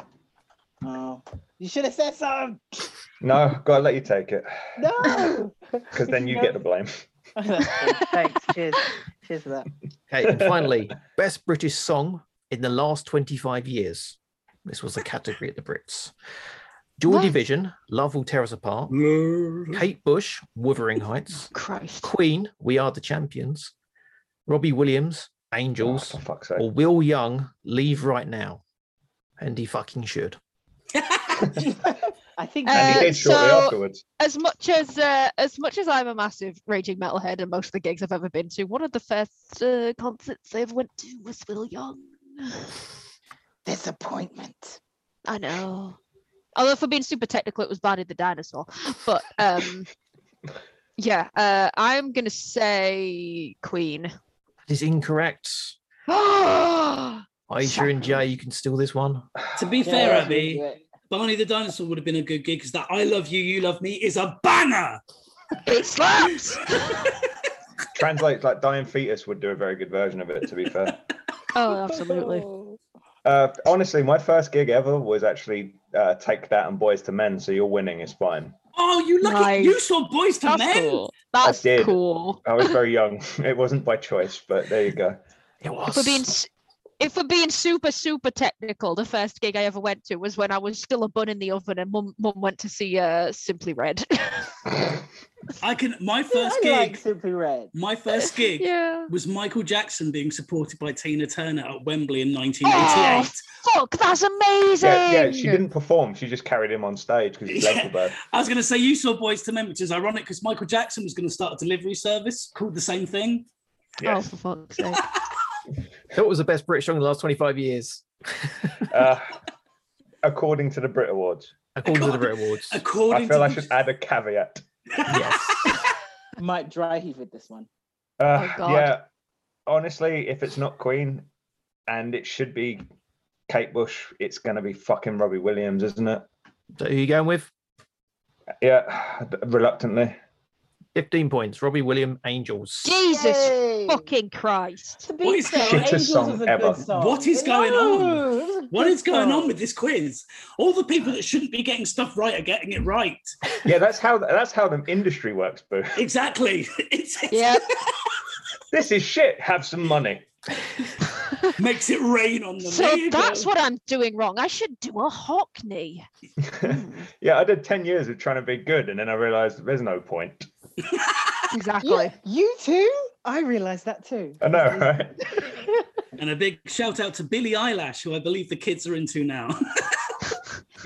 Speaker 4: Oh, you should have said something.
Speaker 3: No, gotta let you take it
Speaker 4: No.
Speaker 3: because then you get the blame.
Speaker 4: Thanks. Cheers. Cheers for that.
Speaker 5: Okay, and finally, best British song in the last 25 years. This was the category at the Brits. Joy
Speaker 1: What?
Speaker 5: Division, Love Will Tear Us Apart. Kate Bush, Wuthering Heights.
Speaker 1: Christ.
Speaker 5: Queen, We Are the Champions. Robbie Williams,
Speaker 3: Oh,
Speaker 5: Angels.
Speaker 3: for fuck's sake.
Speaker 5: Or Will Young, Leave Right Now. And he fucking should.
Speaker 4: I think.
Speaker 3: And
Speaker 1: Uh,
Speaker 3: he did shortly
Speaker 1: so-
Speaker 3: afterwards.
Speaker 1: As much as uh, as much as I'm a massive raging metalhead and most of the gigs I've ever been to, one of the first uh, concerts I ever went to was Will Young.
Speaker 4: disappointment.
Speaker 1: I know. Although for being super technical, it was Barney the dinosaur. But um, yeah, uh, I'm gonna say Queen.
Speaker 5: That is incorrect. Aisha and Jay, you can steal this one.
Speaker 2: To be fair, Abby, Barney the Dinosaur would have been a good gig because that I Love You, You Love Me is a banger.
Speaker 1: it slaps.
Speaker 3: Translates like Dying Fetus would do a very good version of it, to be fair.
Speaker 1: oh, absolutely.
Speaker 3: Uh, honestly, my first gig ever was actually uh, Take That and Boys to Men, so you're winning is fine.
Speaker 2: Oh, you lucky. You
Speaker 1: Nice.
Speaker 2: saw Boys to
Speaker 1: That's
Speaker 2: Men.
Speaker 1: cool. That's
Speaker 3: did.
Speaker 1: cool.
Speaker 3: I was very young. It wasn't by choice, but there you go.
Speaker 5: It was.
Speaker 1: If we're being s- if we're being super super technical, the first gig I ever went to was when I was still a bun in the oven, and mum mum went to see uh Simply Red.
Speaker 2: I can. My
Speaker 4: First
Speaker 2: first
Speaker 4: I like
Speaker 2: gig.
Speaker 4: Simply Red.
Speaker 2: My first gig.
Speaker 1: yeah.
Speaker 2: Was Michael Jackson being supported by Tina Turner at Wembley in
Speaker 1: Oh,
Speaker 2: 1988?
Speaker 1: fuck! That's amazing.
Speaker 3: Yeah, yeah, she didn't perform. She just carried him on stage because he's
Speaker 2: Yeah.
Speaker 3: local
Speaker 1: Oh.
Speaker 3: bird.
Speaker 2: I was going to say you saw Boys to Men, which is ironic because Michael Jackson was going to start a delivery service called the same thing.
Speaker 1: Oh,
Speaker 3: Yes.
Speaker 1: for fuck's sake.
Speaker 5: That was the best British song in the last 25 years,
Speaker 3: Uh, according to the Brit Awards.
Speaker 5: according to the
Speaker 2: God.
Speaker 5: Brit Awards.
Speaker 2: According
Speaker 3: I feel
Speaker 2: to
Speaker 3: I should add a caveat.
Speaker 5: yes.
Speaker 4: Might dry heave with this one.
Speaker 3: Uh,
Speaker 1: Oh, God.
Speaker 3: Yeah, honestly, if it's not Queen, and it should be Kate Bush, it's gonna be fucking Robbie Williams, isn't it?
Speaker 5: So who you going with?
Speaker 3: Yeah, reluctantly.
Speaker 5: 15 points. Robbie Williams, Angels.
Speaker 1: Jesus
Speaker 4: Yay.
Speaker 1: fucking Christ.
Speaker 4: To be
Speaker 2: What is
Speaker 4: fair,
Speaker 2: going-
Speaker 3: Shittest
Speaker 4: Angels
Speaker 3: song
Speaker 4: was a
Speaker 3: ever.
Speaker 4: good song.
Speaker 2: What is going on?
Speaker 4: No, it was a
Speaker 2: what
Speaker 4: good
Speaker 2: is going
Speaker 1: Oh.
Speaker 4: song.
Speaker 2: on with this quiz? All the people that shouldn't be getting stuff right are getting it right.
Speaker 3: Yeah, that's how that's how the industry works, boo.
Speaker 2: Exactly. It's, it
Speaker 1: Yeah.
Speaker 3: This is shit. Have some money.
Speaker 2: makes it rain on them. There
Speaker 1: so
Speaker 2: you go.
Speaker 1: that's what I'm doing wrong. I should do a Hockney. Hmm,
Speaker 3: yeah, I did ten years of trying to be good, and then I realized there's no point.
Speaker 1: exactly.
Speaker 4: You, you too? I realised that too.
Speaker 3: I know, right?
Speaker 2: And a big shout out to Billie Eyelash, who I believe the kids are into now.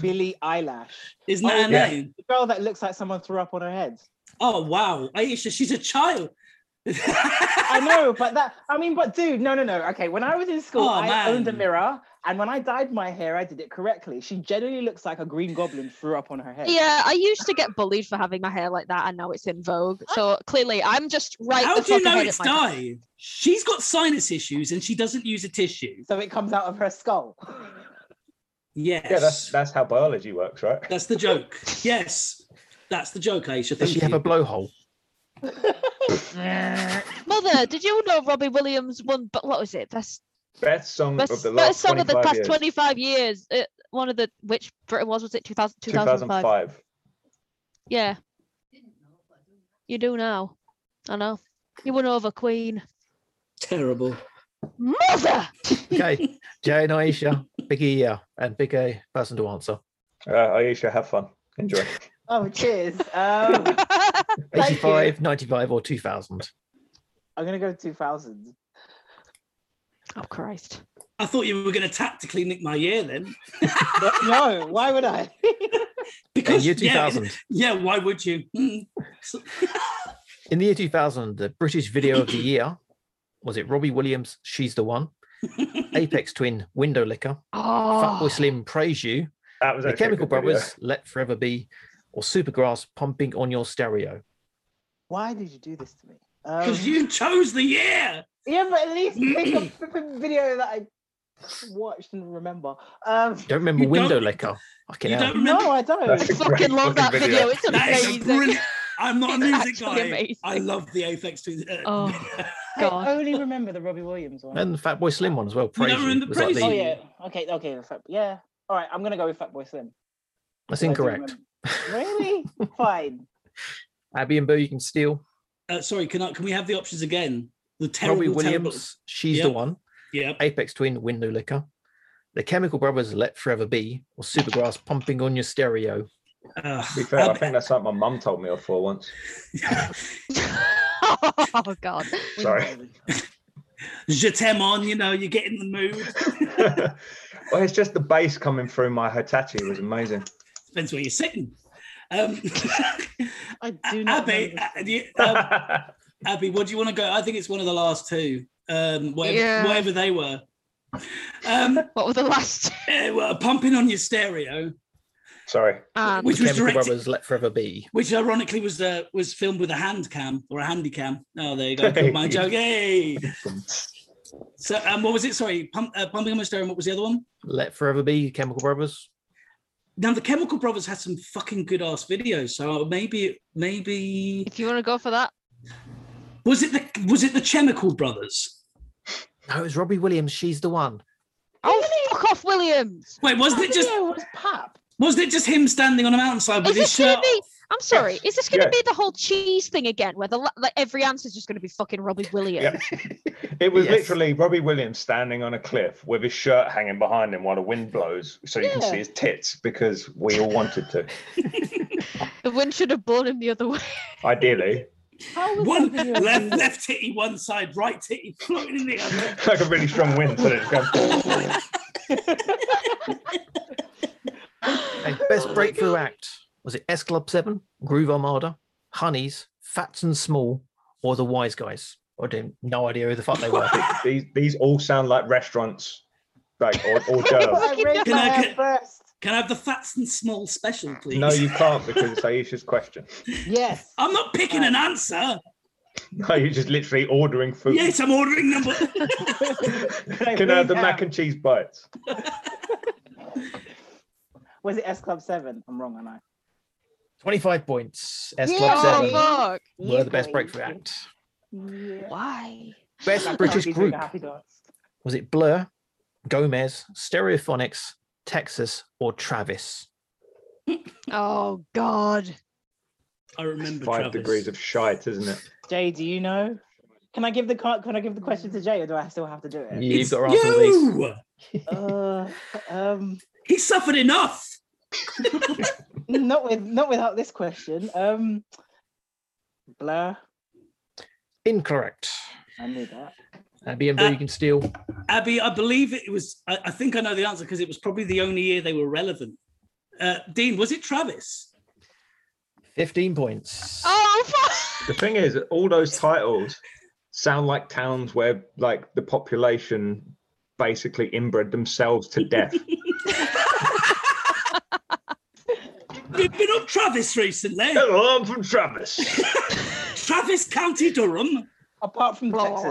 Speaker 4: Billy Eyelash.
Speaker 2: Isn't that
Speaker 4: Oh,
Speaker 2: her
Speaker 3: yeah.
Speaker 2: name?
Speaker 4: The girl that looks like someone threw up on her head.
Speaker 2: Oh wow, Aisha, she's a child.
Speaker 4: I know, but that I mean, but dude, no, no, no. Okay, when I was in school,
Speaker 2: Oh,
Speaker 4: I owned a
Speaker 2: man.
Speaker 4: mirror, and when I dyed my hair, I did it correctly. She generally looks like a green goblin threw up on her head.
Speaker 1: Yeah, I used to get bullied for having my hair like that, and now it's in vogue. So clearly, I'm just right.
Speaker 2: How
Speaker 1: the
Speaker 2: do you
Speaker 1: fuck
Speaker 2: know
Speaker 1: ahead
Speaker 2: it's
Speaker 1: at my time.
Speaker 2: dye? She's got sinus issues and she doesn't use a tissue.
Speaker 4: So it comes out of her skull.
Speaker 2: Yes.
Speaker 3: Yeah, that's that's how biology works, right?
Speaker 2: That's the joke. Yes. That's the joke, Aisha.
Speaker 5: Does
Speaker 2: Thank
Speaker 5: she
Speaker 2: you.
Speaker 5: have a blowhole?
Speaker 1: Mother, did you know Robbie Williams won? But what was it? Best
Speaker 3: Best song of
Speaker 1: best,
Speaker 3: the last
Speaker 1: best song of the
Speaker 3: 25
Speaker 1: past
Speaker 3: years.
Speaker 1: 25 years. Uh, one of the which Britain was was it 2000, 2005?
Speaker 3: 2005.
Speaker 1: Yeah. You do now. I know. You won over Queen.
Speaker 2: Terrible.
Speaker 1: Mother!
Speaker 5: Okay. Jay and Aisha, big ear and big A person to answer.
Speaker 3: Uh, Aisha, have fun. Enjoy.
Speaker 4: Oh, cheers.
Speaker 1: Oh,
Speaker 4: Um, Thank you.
Speaker 5: 85, 95, or 2000.
Speaker 4: I'm gonna go two thousand.
Speaker 1: oh, Christ.
Speaker 2: I thought you were going to tactically nick my year then.
Speaker 4: No, why would I?
Speaker 5: In
Speaker 2: Because
Speaker 5: year
Speaker 2: yeah,
Speaker 5: 2000,
Speaker 2: yeah, why would you? Mm. So-
Speaker 5: in the year 2000, the British video of the year was it Robbie Williams, She's the One, Apex Twin, Window Licker,
Speaker 1: Oh,
Speaker 2: Ah.
Speaker 5: Fatboy Slim, Praise You,
Speaker 3: That was
Speaker 5: The
Speaker 3: actually a
Speaker 5: Chemical
Speaker 3: good video.
Speaker 5: Brothers, Let Forever Be, or Supergrass, Pumping on Your Stereo.
Speaker 4: Why did you do this to me? Um,
Speaker 2: Because you chose the year.
Speaker 4: yeah, but at least pick a flipping video that I watched and remember. Um,
Speaker 5: Don't remember
Speaker 2: You don't-
Speaker 5: Window Licker. Fucking
Speaker 2: you
Speaker 5: hell.
Speaker 2: don't remember.
Speaker 4: no, I
Speaker 3: That's
Speaker 4: don't.
Speaker 3: a
Speaker 1: fucking
Speaker 3: great
Speaker 1: love that
Speaker 3: fucking
Speaker 1: video. It's
Speaker 2: That is a
Speaker 1: amazing.
Speaker 2: brilliant. I'm not a
Speaker 1: It's
Speaker 2: music
Speaker 1: actually
Speaker 2: guy. I
Speaker 1: amazing.
Speaker 2: love the Apex Twin. uh,
Speaker 1: Oh. God.
Speaker 4: I only remember the Robbie Williams one.
Speaker 5: And the Fatboy Slim one as well.
Speaker 2: You don't
Speaker 5: Praise You.
Speaker 2: remember
Speaker 5: was like
Speaker 2: Praise
Speaker 5: the-
Speaker 4: Oh
Speaker 2: the-
Speaker 4: yeah. Okay. Okay. the Fat, yeah. All right. I'm gonna go with Fatboy Slim.
Speaker 5: That's
Speaker 2: Oh,
Speaker 4: I don't
Speaker 5: incorrect.
Speaker 4: remember. Really? Fine.
Speaker 5: Abby and Boo, you can steal.
Speaker 2: Uh, sorry, can I, can we have the options again? The terrible
Speaker 5: Robbie
Speaker 2: terrible-
Speaker 5: Williams, she's the
Speaker 2: Yep.
Speaker 5: one.
Speaker 2: Yep.
Speaker 5: Apex Twin, Win Lulika. The Chemical Brothers, Let Forever Be, or Supergrass, Pumping on Your Stereo.
Speaker 2: Uh,
Speaker 5: Ah.
Speaker 3: To be fair, I think that's something my mum told me off for once.
Speaker 1: oh god.
Speaker 3: Sorry.
Speaker 2: Je t'aime on, you know, you get in the mood.
Speaker 3: well, it's just the bass coming through my Hitachi was amazing.
Speaker 2: Depends where you're sitting. Um,
Speaker 4: I do not.
Speaker 2: Abby,
Speaker 4: remember.
Speaker 2: uh, you- um, Abby, what do you want to go? I think it's one of the last two, um, whatever,
Speaker 1: Yeah.
Speaker 2: whatever they were. Um,
Speaker 1: What were the last?
Speaker 2: eh, well, pumping on your stereo,
Speaker 3: Sorry.
Speaker 1: And
Speaker 2: which
Speaker 5: the
Speaker 2: was
Speaker 5: Chemical
Speaker 2: directed,
Speaker 5: Brothers, Let Forever Be.
Speaker 2: which ironically was uh, was filmed with a hand cam or a handy cam. Oh, there you go, killed my joke, yay! So, um, what was it? Sorry, pump, uh, pumping on my stereo. and What was the other one?
Speaker 5: Let Forever Be, Chemical Brothers.
Speaker 2: Now, the Chemical Brothers had some fucking good ass videos, so maybe, maybe
Speaker 1: if you want to go for that,
Speaker 2: was it the was it the Chemical Brothers?
Speaker 5: No, it was Robbie Williams, she's the one.
Speaker 1: oh fuck off, Williams.
Speaker 2: Wait, wasn't
Speaker 4: That
Speaker 2: it just
Speaker 4: video was pap.
Speaker 2: wasn't it just him standing on a mountainside
Speaker 1: Is
Speaker 2: with his
Speaker 1: this gonna
Speaker 2: shirt?
Speaker 1: be? I'm sorry. Is this gonna
Speaker 3: Yeah.
Speaker 1: be the whole cheese thing again, where the la- like every answer is just gonna be fucking Robbie Williams?
Speaker 3: It was
Speaker 5: Yes.
Speaker 3: literally Robbie Williams standing on a cliff with his shirt hanging behind him while the wind blows, so you can
Speaker 4: Yeah.
Speaker 3: see his tits because we all wanted to,
Speaker 1: The wind should have blown him the other way.
Speaker 3: ideally.
Speaker 4: How was
Speaker 2: One
Speaker 4: that video?
Speaker 2: left left titty one side, right titty floating in the other.
Speaker 3: Like a really strong wind, so it's going.
Speaker 5: And
Speaker 2: Oh
Speaker 5: best breakthrough act was it S Club Seven, Groove Armada, Honeys, Fats and Small, or the Wise Guys? I didn't no idea who the fuck they were.
Speaker 3: These these all sound like restaurants, like or, or d'oeuvres.
Speaker 4: I raised
Speaker 2: Can
Speaker 4: my
Speaker 2: I
Speaker 4: hand
Speaker 2: get-
Speaker 4: first.
Speaker 2: Can I have the fats and small special, please?
Speaker 3: No, you can't because it's Aisha's question.
Speaker 4: Yes.
Speaker 2: I'm not picking an answer.
Speaker 3: No, you're just literally ordering food.
Speaker 2: Yes, I'm ordering number.
Speaker 3: Can I have the mac and cheese bites?
Speaker 4: Was it S Club Seven? I'm wrong, aren't I?
Speaker 5: Twenty-five points. S
Speaker 4: Yeah.
Speaker 5: Club
Speaker 1: Oh
Speaker 5: Seven
Speaker 1: fuck!
Speaker 5: were the best
Speaker 4: Yeah.
Speaker 5: breakthrough act.
Speaker 4: Yeah.
Speaker 1: Why?
Speaker 5: Best
Speaker 4: Happy
Speaker 5: British
Speaker 4: Dogs,
Speaker 5: group
Speaker 4: Happy Dogs.
Speaker 5: was it Blur, Gomez, Stereophonics, Texas, or Travis?
Speaker 1: Oh god.
Speaker 2: I remember
Speaker 3: Five
Speaker 2: Travis.
Speaker 3: degrees of shite, isn't it?
Speaker 4: Jay, do you know? Can I give the card? Can I give the question to Jay, or do I still have to do it?
Speaker 5: You've
Speaker 2: It's
Speaker 5: got to answer all these.
Speaker 2: you!
Speaker 4: Uh, um,
Speaker 2: He suffered enough.
Speaker 4: not with not without this question. Um, Blur.
Speaker 5: Incorrect.
Speaker 4: I knew that.
Speaker 5: Uh, B&B,
Speaker 2: Uh,
Speaker 5: you can steal.
Speaker 2: Abby, I believe it was. I, I think I know the answer because it was probably the only year they were relevant. Uh, Dean, was it Travis?
Speaker 5: Fifteen points.
Speaker 1: Oh fuck!
Speaker 3: The thing is, all those titles sound like towns where like the population basically inbred themselves to death.
Speaker 2: We've been up Travis recently.
Speaker 3: Hello, I'm from Travis.
Speaker 2: Travis County, Durham.
Speaker 4: Apart from
Speaker 1: Blow off.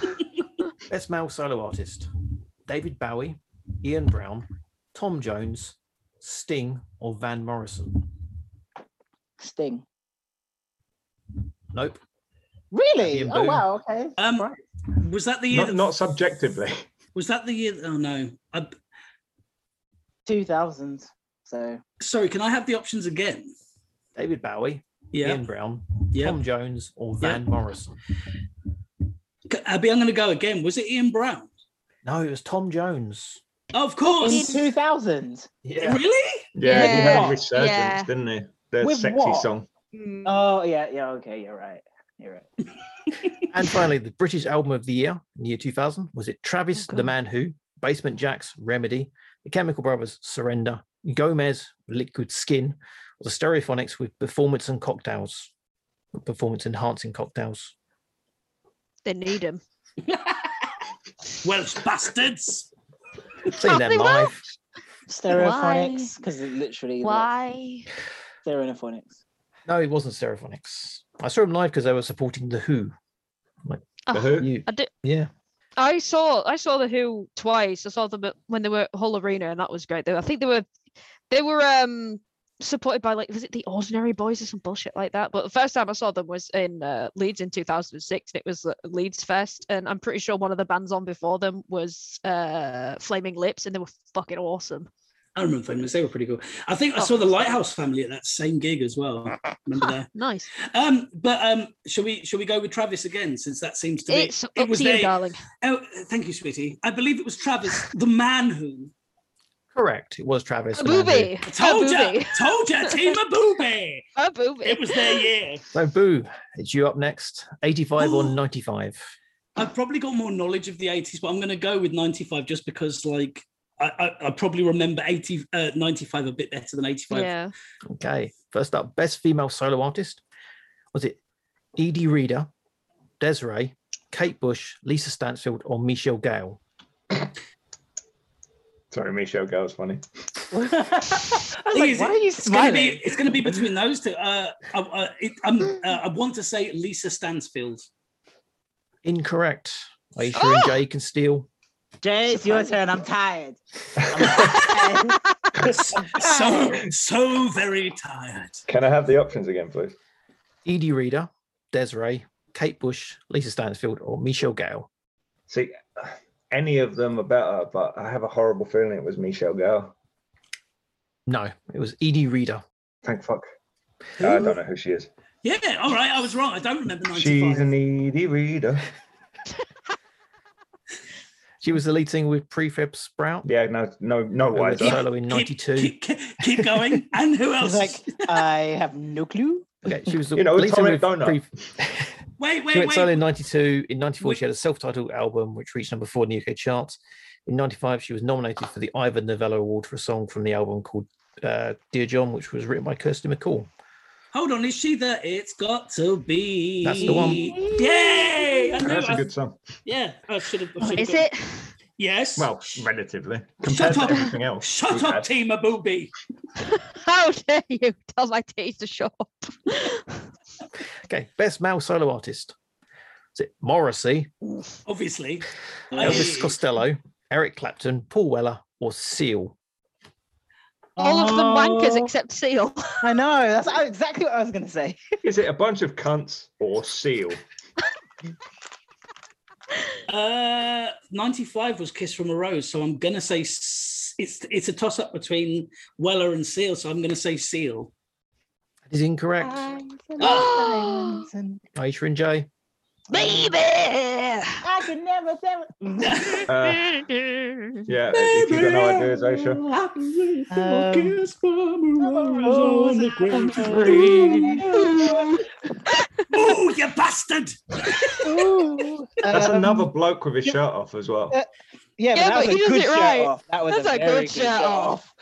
Speaker 4: Texas,
Speaker 5: Best male solo artist: David Bowie, Ian Brown, Tom Jones, Sting, or Van Morrison.
Speaker 4: Sting.
Speaker 5: Nope. Happy
Speaker 4: Really?
Speaker 5: and
Speaker 4: Oh
Speaker 5: Boo.
Speaker 4: wow. Okay.
Speaker 2: Um,
Speaker 4: Right.
Speaker 2: Was that the year?
Speaker 3: not,
Speaker 2: that,
Speaker 3: not subjectively.
Speaker 2: was that the year? Oh no. I,
Speaker 4: Two thousand. So
Speaker 2: sorry, can I have the options again?
Speaker 5: David Bowie,
Speaker 2: Yeah,
Speaker 5: Ian Brown,
Speaker 2: yeah.
Speaker 5: Tom Jones, or
Speaker 2: Yeah.
Speaker 5: Van Morrison.
Speaker 2: C- Abby, I'm going to go again. Was it Ian Brown?
Speaker 5: No, it was Tom Jones.
Speaker 2: Of
Speaker 4: in
Speaker 2: course.
Speaker 4: two thousand.
Speaker 2: Really?
Speaker 3: Yeah, he had
Speaker 4: Yeah.
Speaker 3: a resurgence,
Speaker 1: Yeah.
Speaker 3: didn't he? Their
Speaker 4: With
Speaker 3: sexy
Speaker 4: what?
Speaker 3: song.
Speaker 1: Mm.
Speaker 4: Oh yeah. Yeah. Okay. You're right. You're right.
Speaker 5: And finally, the British album of the year, in the year 2000, was it Travis,
Speaker 1: Oh,
Speaker 5: The
Speaker 1: God.
Speaker 5: Man Who, Basement Jacks, Remedy, The Chemical Brothers, Surrender, Gomez, Liquid Skin, or the Stereophonics with Performance and Cocktails, Performance Enhancing Cocktails.
Speaker 1: They need him.
Speaker 2: Welsh bastards.
Speaker 5: Seen them
Speaker 1: Something like-
Speaker 5: live.
Speaker 4: Stereophonics, because literally like,
Speaker 1: Why?
Speaker 4: stereophonics.
Speaker 5: No, it wasn't Stereophonics. I saw them live because they were supporting The Who.
Speaker 3: The
Speaker 1: Oh,
Speaker 3: Who?
Speaker 5: You,
Speaker 1: I do-
Speaker 5: yeah.
Speaker 1: I saw I saw the Who twice. I saw them at, when they were at Hull Arena, and that was great. Though I think they were they were um supported by like was it the Ordinary Boys or some bullshit like that. But the first time I saw them was in uh, Leeds in 2006, and it was the Leeds Fest. And I'm pretty sure one of the bands on before them was uh Flaming Lips, and they were fucking awesome.
Speaker 2: I remember Flamingos. They were pretty cool. I think I
Speaker 1: Oh.
Speaker 2: saw the Lighthouse family at that same gig as well. Remember
Speaker 1: Ah,
Speaker 2: that?
Speaker 1: nice.
Speaker 2: Um, but um, shall we shall we go with Travis again since that seems to be
Speaker 1: It's up
Speaker 2: it was
Speaker 1: to you,
Speaker 2: a-
Speaker 1: darling.
Speaker 2: Oh, thank you, sweetie. I believe it was Travis, the man who
Speaker 5: Correct. It was Travis.
Speaker 1: A
Speaker 5: and Andrew.
Speaker 1: booby.
Speaker 2: I
Speaker 1: A
Speaker 2: told you,
Speaker 1: booby.
Speaker 2: told you, team of booby.
Speaker 1: A booby.
Speaker 2: It was their year.
Speaker 5: So, Boo, it's you up next. 85 or
Speaker 2: Ooh.
Speaker 5: 95?
Speaker 2: I've probably got more knowledge of the 80s, but I'm going to go with 95 just because, like, I, I, I probably remember 80, uh, 95 a bit better than 85.
Speaker 1: Yeah.
Speaker 5: Okay. First up, best female solo artist. Was it Edie Reader, Desiree, Kate Bush, Lisa Stansfield, or Michelle Gale?
Speaker 3: Sorry, Michelle Gale's funny.
Speaker 4: I was
Speaker 2: Thing
Speaker 4: like,
Speaker 2: is,
Speaker 4: why are you
Speaker 2: It's going to be,
Speaker 4: smiling?
Speaker 2: it's gonna be between those two. Uh, I, I, it, I'm, uh, I want to say Lisa Stansfield.
Speaker 5: Incorrect. Aisha
Speaker 1: Oh!
Speaker 5: and Jay can steal.
Speaker 4: Jay, it's your turn. I'm tired. I'm tired.
Speaker 2: So, so very tired.
Speaker 3: Can I have the options again, please?
Speaker 5: Edie Reader, Desiree, Kate Bush, Lisa Stansfield, or Michelle Gale?
Speaker 3: See, any of them are better, but I have a horrible feeling it was Michelle Gale.
Speaker 5: No, it was Edie Reader.
Speaker 3: Thank fuck. I don't know who she is.
Speaker 2: Yeah, all right. I was wrong. I don't remember 95.
Speaker 3: She's a needy reader.
Speaker 5: She was the lead singer with Prefab Sprout.
Speaker 3: Yeah, no, no, no
Speaker 5: who went
Speaker 3: wiser.
Speaker 5: solo in
Speaker 2: Keep-
Speaker 5: 92.
Speaker 2: Keep, keep, keep going. And who
Speaker 4: I was
Speaker 2: else?
Speaker 4: like, I have no clue.
Speaker 5: Okay, she was the
Speaker 3: You know,
Speaker 5: lead singer
Speaker 3: Tommy
Speaker 5: with
Speaker 3: Donut.
Speaker 5: Pref-
Speaker 2: wait,
Speaker 5: She
Speaker 2: wait,
Speaker 5: went solo
Speaker 2: wait.
Speaker 5: in 92. In 94, she
Speaker 2: Wait.
Speaker 5: had a self titled album which reached number four in the UK charts. In 95, she was nominated for the Ivor Novello Award for a song from the album called uh, Dear John, which was written by Kirsty McCall.
Speaker 2: Hold on. Is she the It's Got to Be?
Speaker 5: That's the one.
Speaker 2: Yay! I knew
Speaker 3: That's
Speaker 2: I-
Speaker 3: a good song.
Speaker 2: Yeah, I should have.
Speaker 1: Oh, Is it?
Speaker 2: Yes.
Speaker 3: Well, relatively compared
Speaker 2: up.
Speaker 3: to everything else.
Speaker 2: shut
Speaker 3: we've
Speaker 2: up,
Speaker 3: had.
Speaker 2: team of booby.
Speaker 1: How dare you tell my teeth to shut up?
Speaker 5: Okay, best male solo artist. Is it Morrissey,
Speaker 2: Obviously,
Speaker 5: Elvis
Speaker 2: Hey.
Speaker 5: Costello, Eric Clapton, Paul Weller, or Seal?
Speaker 1: All of them wankers
Speaker 4: Oh,
Speaker 1: except Seal.
Speaker 4: I know. That's exactly what I was going to say.
Speaker 3: Is it a bunch of cunts or seal?
Speaker 2: uh, ninety-five was "Kiss from a Rose," so I'm gonna say s- it's it's a toss-up between Weller and Seal. So I'm gonna say Seal.
Speaker 5: That is incorrect.
Speaker 2: Uh.
Speaker 1: Oh.
Speaker 5: Aisha and Jay.
Speaker 1: Baby!
Speaker 4: I can never say what-
Speaker 3: Uh, yeah, if you don't know what it is, Aisha.
Speaker 4: Um,
Speaker 2: Kiss from a rose on the grave. Ooh, Oh, you bastard!
Speaker 4: Ooh.
Speaker 3: That's
Speaker 4: Um,
Speaker 3: another bloke with his shirt off as well.
Speaker 4: Uh, Yeah, but
Speaker 1: Yeah,
Speaker 4: that
Speaker 1: but
Speaker 4: was
Speaker 1: he
Speaker 4: a
Speaker 1: does
Speaker 4: good
Speaker 1: it
Speaker 4: shirt
Speaker 1: right.
Speaker 4: off. That was
Speaker 1: That's
Speaker 4: a,
Speaker 1: a
Speaker 4: very
Speaker 1: good shirt off.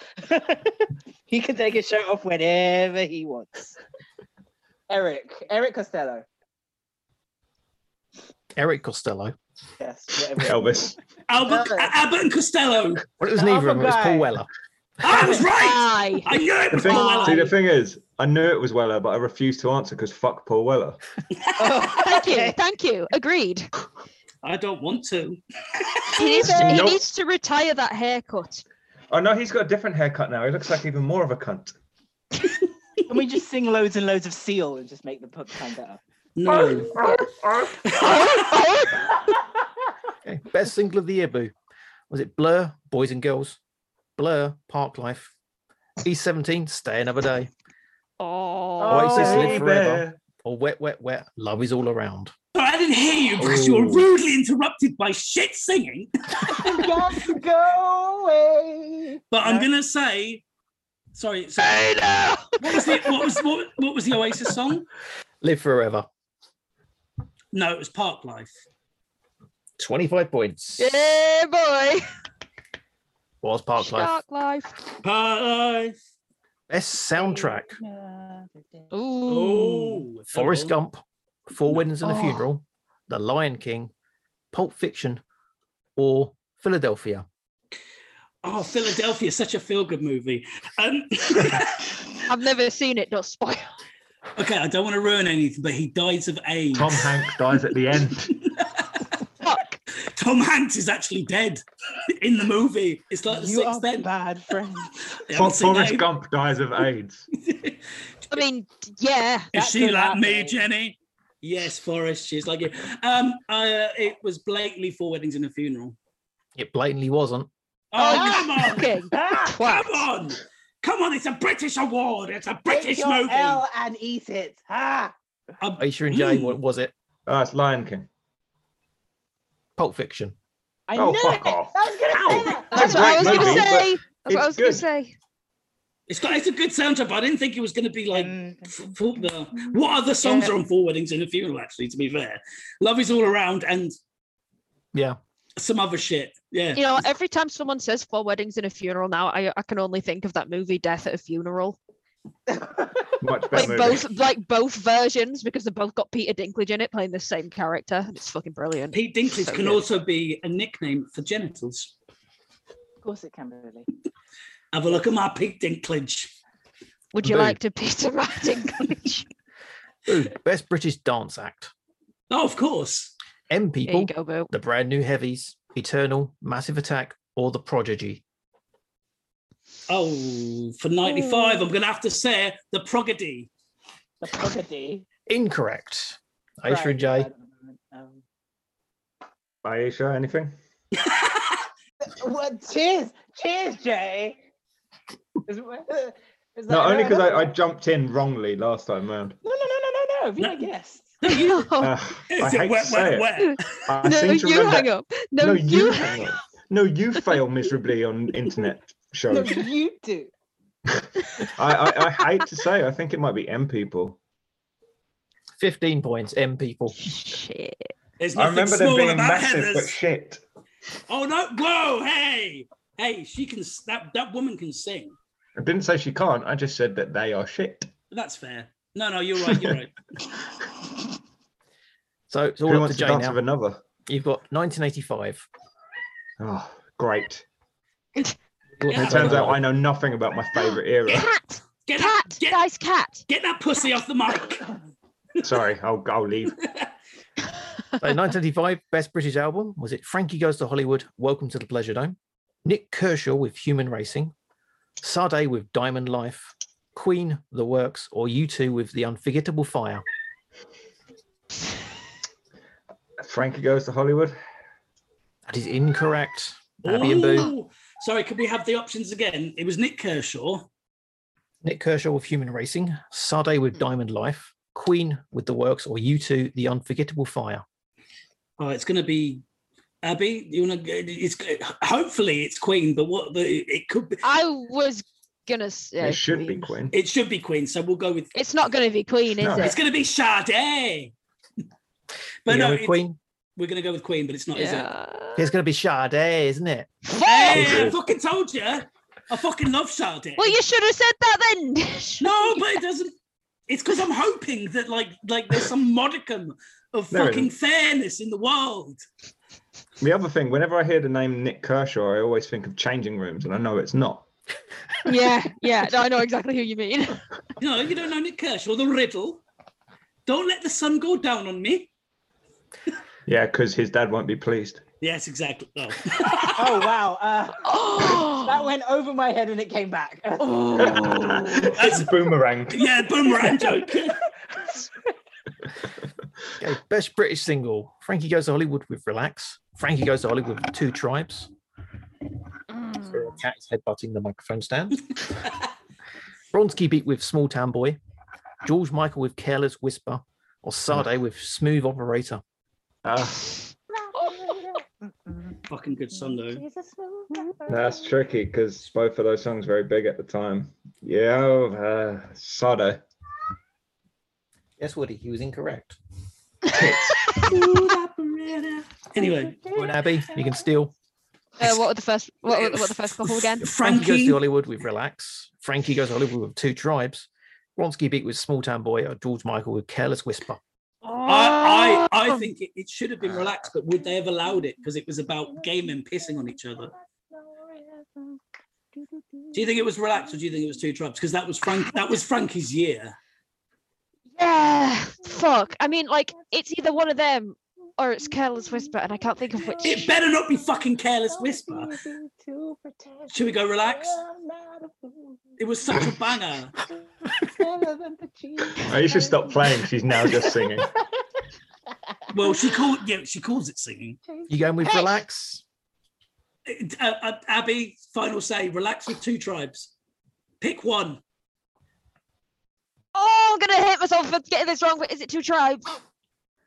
Speaker 4: he can take his shirt off whenever he wants. Eric, Eric Costello.
Speaker 5: Eric Costello.
Speaker 4: Yes, whatever.
Speaker 3: Elvis.
Speaker 2: Albert,
Speaker 4: Elvis.
Speaker 2: Abbott and Costello.
Speaker 5: Well, it was
Speaker 4: The
Speaker 5: neither
Speaker 4: other
Speaker 5: of them. It was
Speaker 4: guy.
Speaker 5: Paul Weller.
Speaker 2: I was right.
Speaker 1: Aye.
Speaker 2: I knew it
Speaker 3: The
Speaker 2: was
Speaker 3: thing,
Speaker 2: Paul
Speaker 3: see,
Speaker 2: Weller.
Speaker 3: the thing is, I knew it was Weller, but I refused to answer because fuck Paul Weller.
Speaker 4: Oh,
Speaker 1: Thank you.
Speaker 4: okay.
Speaker 1: Thank you. Agreed.
Speaker 2: I don't want to.
Speaker 1: He needs, to, he
Speaker 3: Nope.
Speaker 1: needs to retire that haircut.
Speaker 3: Oh no, he's got a different haircut now. He looks like even more of a cunt.
Speaker 4: Can we just sing loads and loads of Seal and just make the book sound better?
Speaker 2: No.
Speaker 4: Oh,
Speaker 5: Okay. Best single of the year, Boo. Was it Blur, Boys and Girls, Blur, Park Life, E17, Stay Another Day,
Speaker 1: oh.
Speaker 5: Oasis
Speaker 3: Hey,
Speaker 5: Live Forever,
Speaker 3: bear.
Speaker 5: or Wet, Wet, Wet, Love Is All Around?
Speaker 2: Sorry, I didn't hear you because you were
Speaker 5: Ooh.
Speaker 2: rudely interrupted by shit singing.
Speaker 4: You got to go away.
Speaker 2: But I'm
Speaker 4: No.
Speaker 2: gonna say, sorry. sorry. What was the what was what, what was the Oasis song?
Speaker 5: Live Forever.
Speaker 2: No, it was Park Life.
Speaker 5: 25 points
Speaker 1: Yeah, boy.
Speaker 5: was Park Life.
Speaker 1: Shark life.
Speaker 2: Park Life.
Speaker 5: Best soundtrack
Speaker 1: Ooh.
Speaker 2: Oh,
Speaker 5: Forrest Gump, Four Weddings and a
Speaker 1: Oh.
Speaker 5: Funeral, The Lion King, Pulp Fiction, or Philadelphia.
Speaker 2: Oh, Philadelphia, such a feel-good movie. Um,
Speaker 1: I've never seen it, don't spoil.
Speaker 2: okay, I don't want to ruin anything, but he dies of AIDS.
Speaker 3: Tom Hanks dies at the end.
Speaker 1: Fuck.
Speaker 2: Tom Hanks is actually dead in the movie. It's like the
Speaker 4: You are
Speaker 2: sixth end.
Speaker 4: bad friends.
Speaker 2: I haven't
Speaker 3: For-
Speaker 2: seen that
Speaker 3: Forrest
Speaker 2: either.
Speaker 3: Gump dies of AIDS.
Speaker 1: I mean, yeah.
Speaker 2: Is
Speaker 4: That
Speaker 2: she
Speaker 4: could
Speaker 2: like me,
Speaker 4: happen.
Speaker 2: Jenny? Yes, Forrest, she's like you. Um, uh, it was blatantly four weddings and a funeral.
Speaker 5: It blatantly wasn't.
Speaker 2: Oh,
Speaker 1: you
Speaker 2: come on!
Speaker 1: fucking
Speaker 2: Ah,
Speaker 1: twat.
Speaker 2: Come on! Come on, it's a British award. It's a British
Speaker 4: Take your
Speaker 2: movie.
Speaker 4: L and eat it. Ah.
Speaker 2: Um,
Speaker 5: Aisha and Jay,
Speaker 2: Mm.
Speaker 5: what was it?
Speaker 3: Oh, it's Lion King.
Speaker 5: Pulp Fiction.
Speaker 4: I
Speaker 3: Oh,
Speaker 4: knew
Speaker 3: fuck
Speaker 4: it.
Speaker 3: off.
Speaker 4: I was gonna
Speaker 2: Ow.
Speaker 4: say that.
Speaker 1: That's what I was
Speaker 3: great
Speaker 1: going
Speaker 3: movie,
Speaker 1: to
Speaker 3: but
Speaker 1: say. That's what I was
Speaker 3: it's
Speaker 1: going
Speaker 3: good.
Speaker 1: to say.
Speaker 2: it's got it's a good soundtrack, but I didn't think it was going to be like.
Speaker 4: Mm.
Speaker 2: f- for- uh, what other songs
Speaker 4: Yeah.
Speaker 2: are on Four Weddings and a Funeral? Actually, to be fair, Love is All Around and
Speaker 5: Yeah.
Speaker 2: some other shit. Yeah,
Speaker 1: You know, every time someone says four weddings and a funeral now, I, I can only think of that movie Death at a Funeral.
Speaker 3: Much
Speaker 1: Like
Speaker 3: better movie.
Speaker 1: both like both versions because they've both got Peter Dinklage in it playing the same character and it's fucking brilliant.
Speaker 2: Pete Dinklage
Speaker 1: So
Speaker 2: can
Speaker 1: good.
Speaker 2: also be a nickname for genitals.
Speaker 4: Of course it can, really.
Speaker 2: Have a look at my Pete Dinklage.
Speaker 1: Would you
Speaker 5: Boo.
Speaker 1: like to Peter my Dinklage?
Speaker 5: Ooh, Best British Dance Act.
Speaker 2: Oh, of course.
Speaker 5: M
Speaker 1: Here you
Speaker 5: People,
Speaker 1: go, boo.
Speaker 5: The Brand New Heavies, Eternal, Massive Attack, or The Prodigy.
Speaker 2: Oh, for 95, I'm going to have to say the Progedy.
Speaker 4: The property.
Speaker 5: Incorrect. Aisha
Speaker 4: Right,
Speaker 5: and Jay,
Speaker 4: Um,
Speaker 3: Aisha, anything?
Speaker 4: Well, cheers, cheers, Jay. Is- is
Speaker 3: No,
Speaker 4: that-
Speaker 3: only because I, I
Speaker 4: No,
Speaker 3: jumped in wrongly last time round.
Speaker 4: no, no, no, no, no. If you
Speaker 2: No.
Speaker 4: don't guess,
Speaker 1: No,
Speaker 3: Uh,
Speaker 2: Is
Speaker 3: I
Speaker 2: it
Speaker 3: hate
Speaker 2: wet,
Speaker 3: to
Speaker 2: wet,
Speaker 3: say it.
Speaker 2: wet?
Speaker 3: I
Speaker 1: no,
Speaker 3: seem to
Speaker 1: you
Speaker 3: remember-
Speaker 1: hang up. No,
Speaker 3: No,
Speaker 1: you.
Speaker 3: you hang up. No, you fail miserably on internet
Speaker 4: no,
Speaker 3: shows.
Speaker 4: you do.
Speaker 3: I, I, I hate to say, I think it might be M people.
Speaker 5: 15 points. M People.
Speaker 1: Shit.
Speaker 2: There's
Speaker 3: I
Speaker 2: nothing
Speaker 3: remember them
Speaker 2: small
Speaker 3: being
Speaker 2: about
Speaker 3: massive, but
Speaker 2: heathers.
Speaker 3: shit.
Speaker 2: Oh, no. Whoa, hey. Hey, she can, s- that, that woman can sing.
Speaker 3: I didn't say she can't. I just said that they are shit.
Speaker 2: That's fair. No, no, you're right. You're right.
Speaker 5: So it's
Speaker 3: Who
Speaker 5: all up to
Speaker 3: wants to
Speaker 5: Jay
Speaker 3: dance
Speaker 5: now.
Speaker 3: with another?
Speaker 5: You've got 1985.
Speaker 3: Oh, great.
Speaker 5: You've
Speaker 2: Yeah.
Speaker 5: got
Speaker 3: It
Speaker 2: That's
Speaker 3: turns out I
Speaker 5: Madonna.
Speaker 3: know nothing about my favorite era.
Speaker 1: Cat,
Speaker 2: Get that,
Speaker 1: cat,
Speaker 2: get,
Speaker 1: guys, cat.
Speaker 2: get that pussy off the mic.
Speaker 3: Sorry, I'll, I'll leave.
Speaker 5: So 1985, best British album. Was it Frankie Goes to Hollywood, Welcome to the Pleasure Dome? Nick Kershaw with Human Racing, Sade with Diamond Life, Queen, The Works, or U2 with The Unforgettable Fire?
Speaker 3: Frankie goes to Hollywood.
Speaker 5: That is incorrect. Abby and Boo.
Speaker 2: Ooh. Sorry, could we have the options again? It was Nick Kershaw.
Speaker 5: Nick Kershaw with Human Racing, Sade
Speaker 2: Hmm.
Speaker 5: with Diamond Life, Queen with The Works, or U2 The Unforgettable Fire?
Speaker 2: Oh, it's going to be Abby. You want to? It's hopefully it's Queen, but what? But it it could be.
Speaker 1: I was gonna say.
Speaker 3: It should be
Speaker 1: Queen.
Speaker 3: Queen.
Speaker 2: It should be Queen. So we'll go with.
Speaker 1: It's not gonna be Queen, is
Speaker 3: No.
Speaker 2: It's
Speaker 1: it?
Speaker 2: going to be Sade. but
Speaker 5: You know
Speaker 2: no,
Speaker 5: with
Speaker 2: it-
Speaker 5: Queen?
Speaker 2: we're going to go with Queen, but it's not,
Speaker 1: Yeah.
Speaker 5: It's going to be Sade, isn't it?
Speaker 2: is it? Hey, I
Speaker 3: Yes.
Speaker 2: fucking told you. I fucking love Sade.
Speaker 1: Well, you should have said that then.
Speaker 2: no, but it doesn't. It's because I'm hoping that like like there's some modicum of
Speaker 3: There
Speaker 2: fucking fairness in the world.
Speaker 3: The other thing, whenever I hear the name Nick Kershaw, I always think of changing rooms, and I know it's not.
Speaker 1: yeah, yeah. No, I know exactly who you mean.
Speaker 2: You know, you don't know Nick Kershaw, the riddle. Don't let the sun go down on me.
Speaker 3: Yeah, because his dad won't be pleased.
Speaker 2: Yes, exactly. Oh.
Speaker 4: Oh wow, uh,
Speaker 1: Oh,
Speaker 4: that went over my head and it came back.
Speaker 2: Oh,
Speaker 3: it's boomerang.
Speaker 2: Yeah, boomerang joke.
Speaker 5: Okay, best British single. Frankie Goes to Hollywood with Relax. Frankie Goes to Hollywood with Two Tribes.
Speaker 2: Hmm.
Speaker 1: Mm.
Speaker 5: Where a cat is headbutting the microphone stand. Bronski beat with Small Town Boy. George Michael with Careless Whisper. Or
Speaker 2: Hmm.
Speaker 5: Sade with Smooth Operator.
Speaker 3: Ah,
Speaker 2: Fucking good song though.
Speaker 3: that's tricky because both of those songs were very big at the time. Yeah, uh, Sade.
Speaker 5: Yes, Woody, he was incorrect.
Speaker 2: Anyway,
Speaker 5: Well, Abby, you can steal.
Speaker 1: Uh, what were the first? What were, what were the first couple again?
Speaker 5: Frankie goes
Speaker 2: Frankie.
Speaker 5: to Hollywood with Relax. Frankie goes to Hollywood with Two Tribes. Bronski beat with Small Town Boy or George Michael with Careless Whisper.
Speaker 2: I, I,
Speaker 1: Oh.
Speaker 2: I think it, it should have been relaxed, but would they have allowed it? Because it was about gay men pissing on each other. Do you think it was relaxed, or do you think it was two tribes? Because that was Frank. That was Frankie's year.
Speaker 1: Yeah. Fuck. I mean, like, it's either one of them or it's Careless Whisper, and I can't think of which.
Speaker 2: It better not be fucking careless whisper. Should we go relax? It was such a banger.
Speaker 3: You should stop playing. She's now just singing.
Speaker 2: Well, she called. Yeah, she calls it singing.
Speaker 5: You going with Relax?
Speaker 2: uh, uh, Abby, final say. Relax with two tribes. Pick one.
Speaker 1: Oh, I'm gonna hit myself for getting this wrong. But is it two tribes?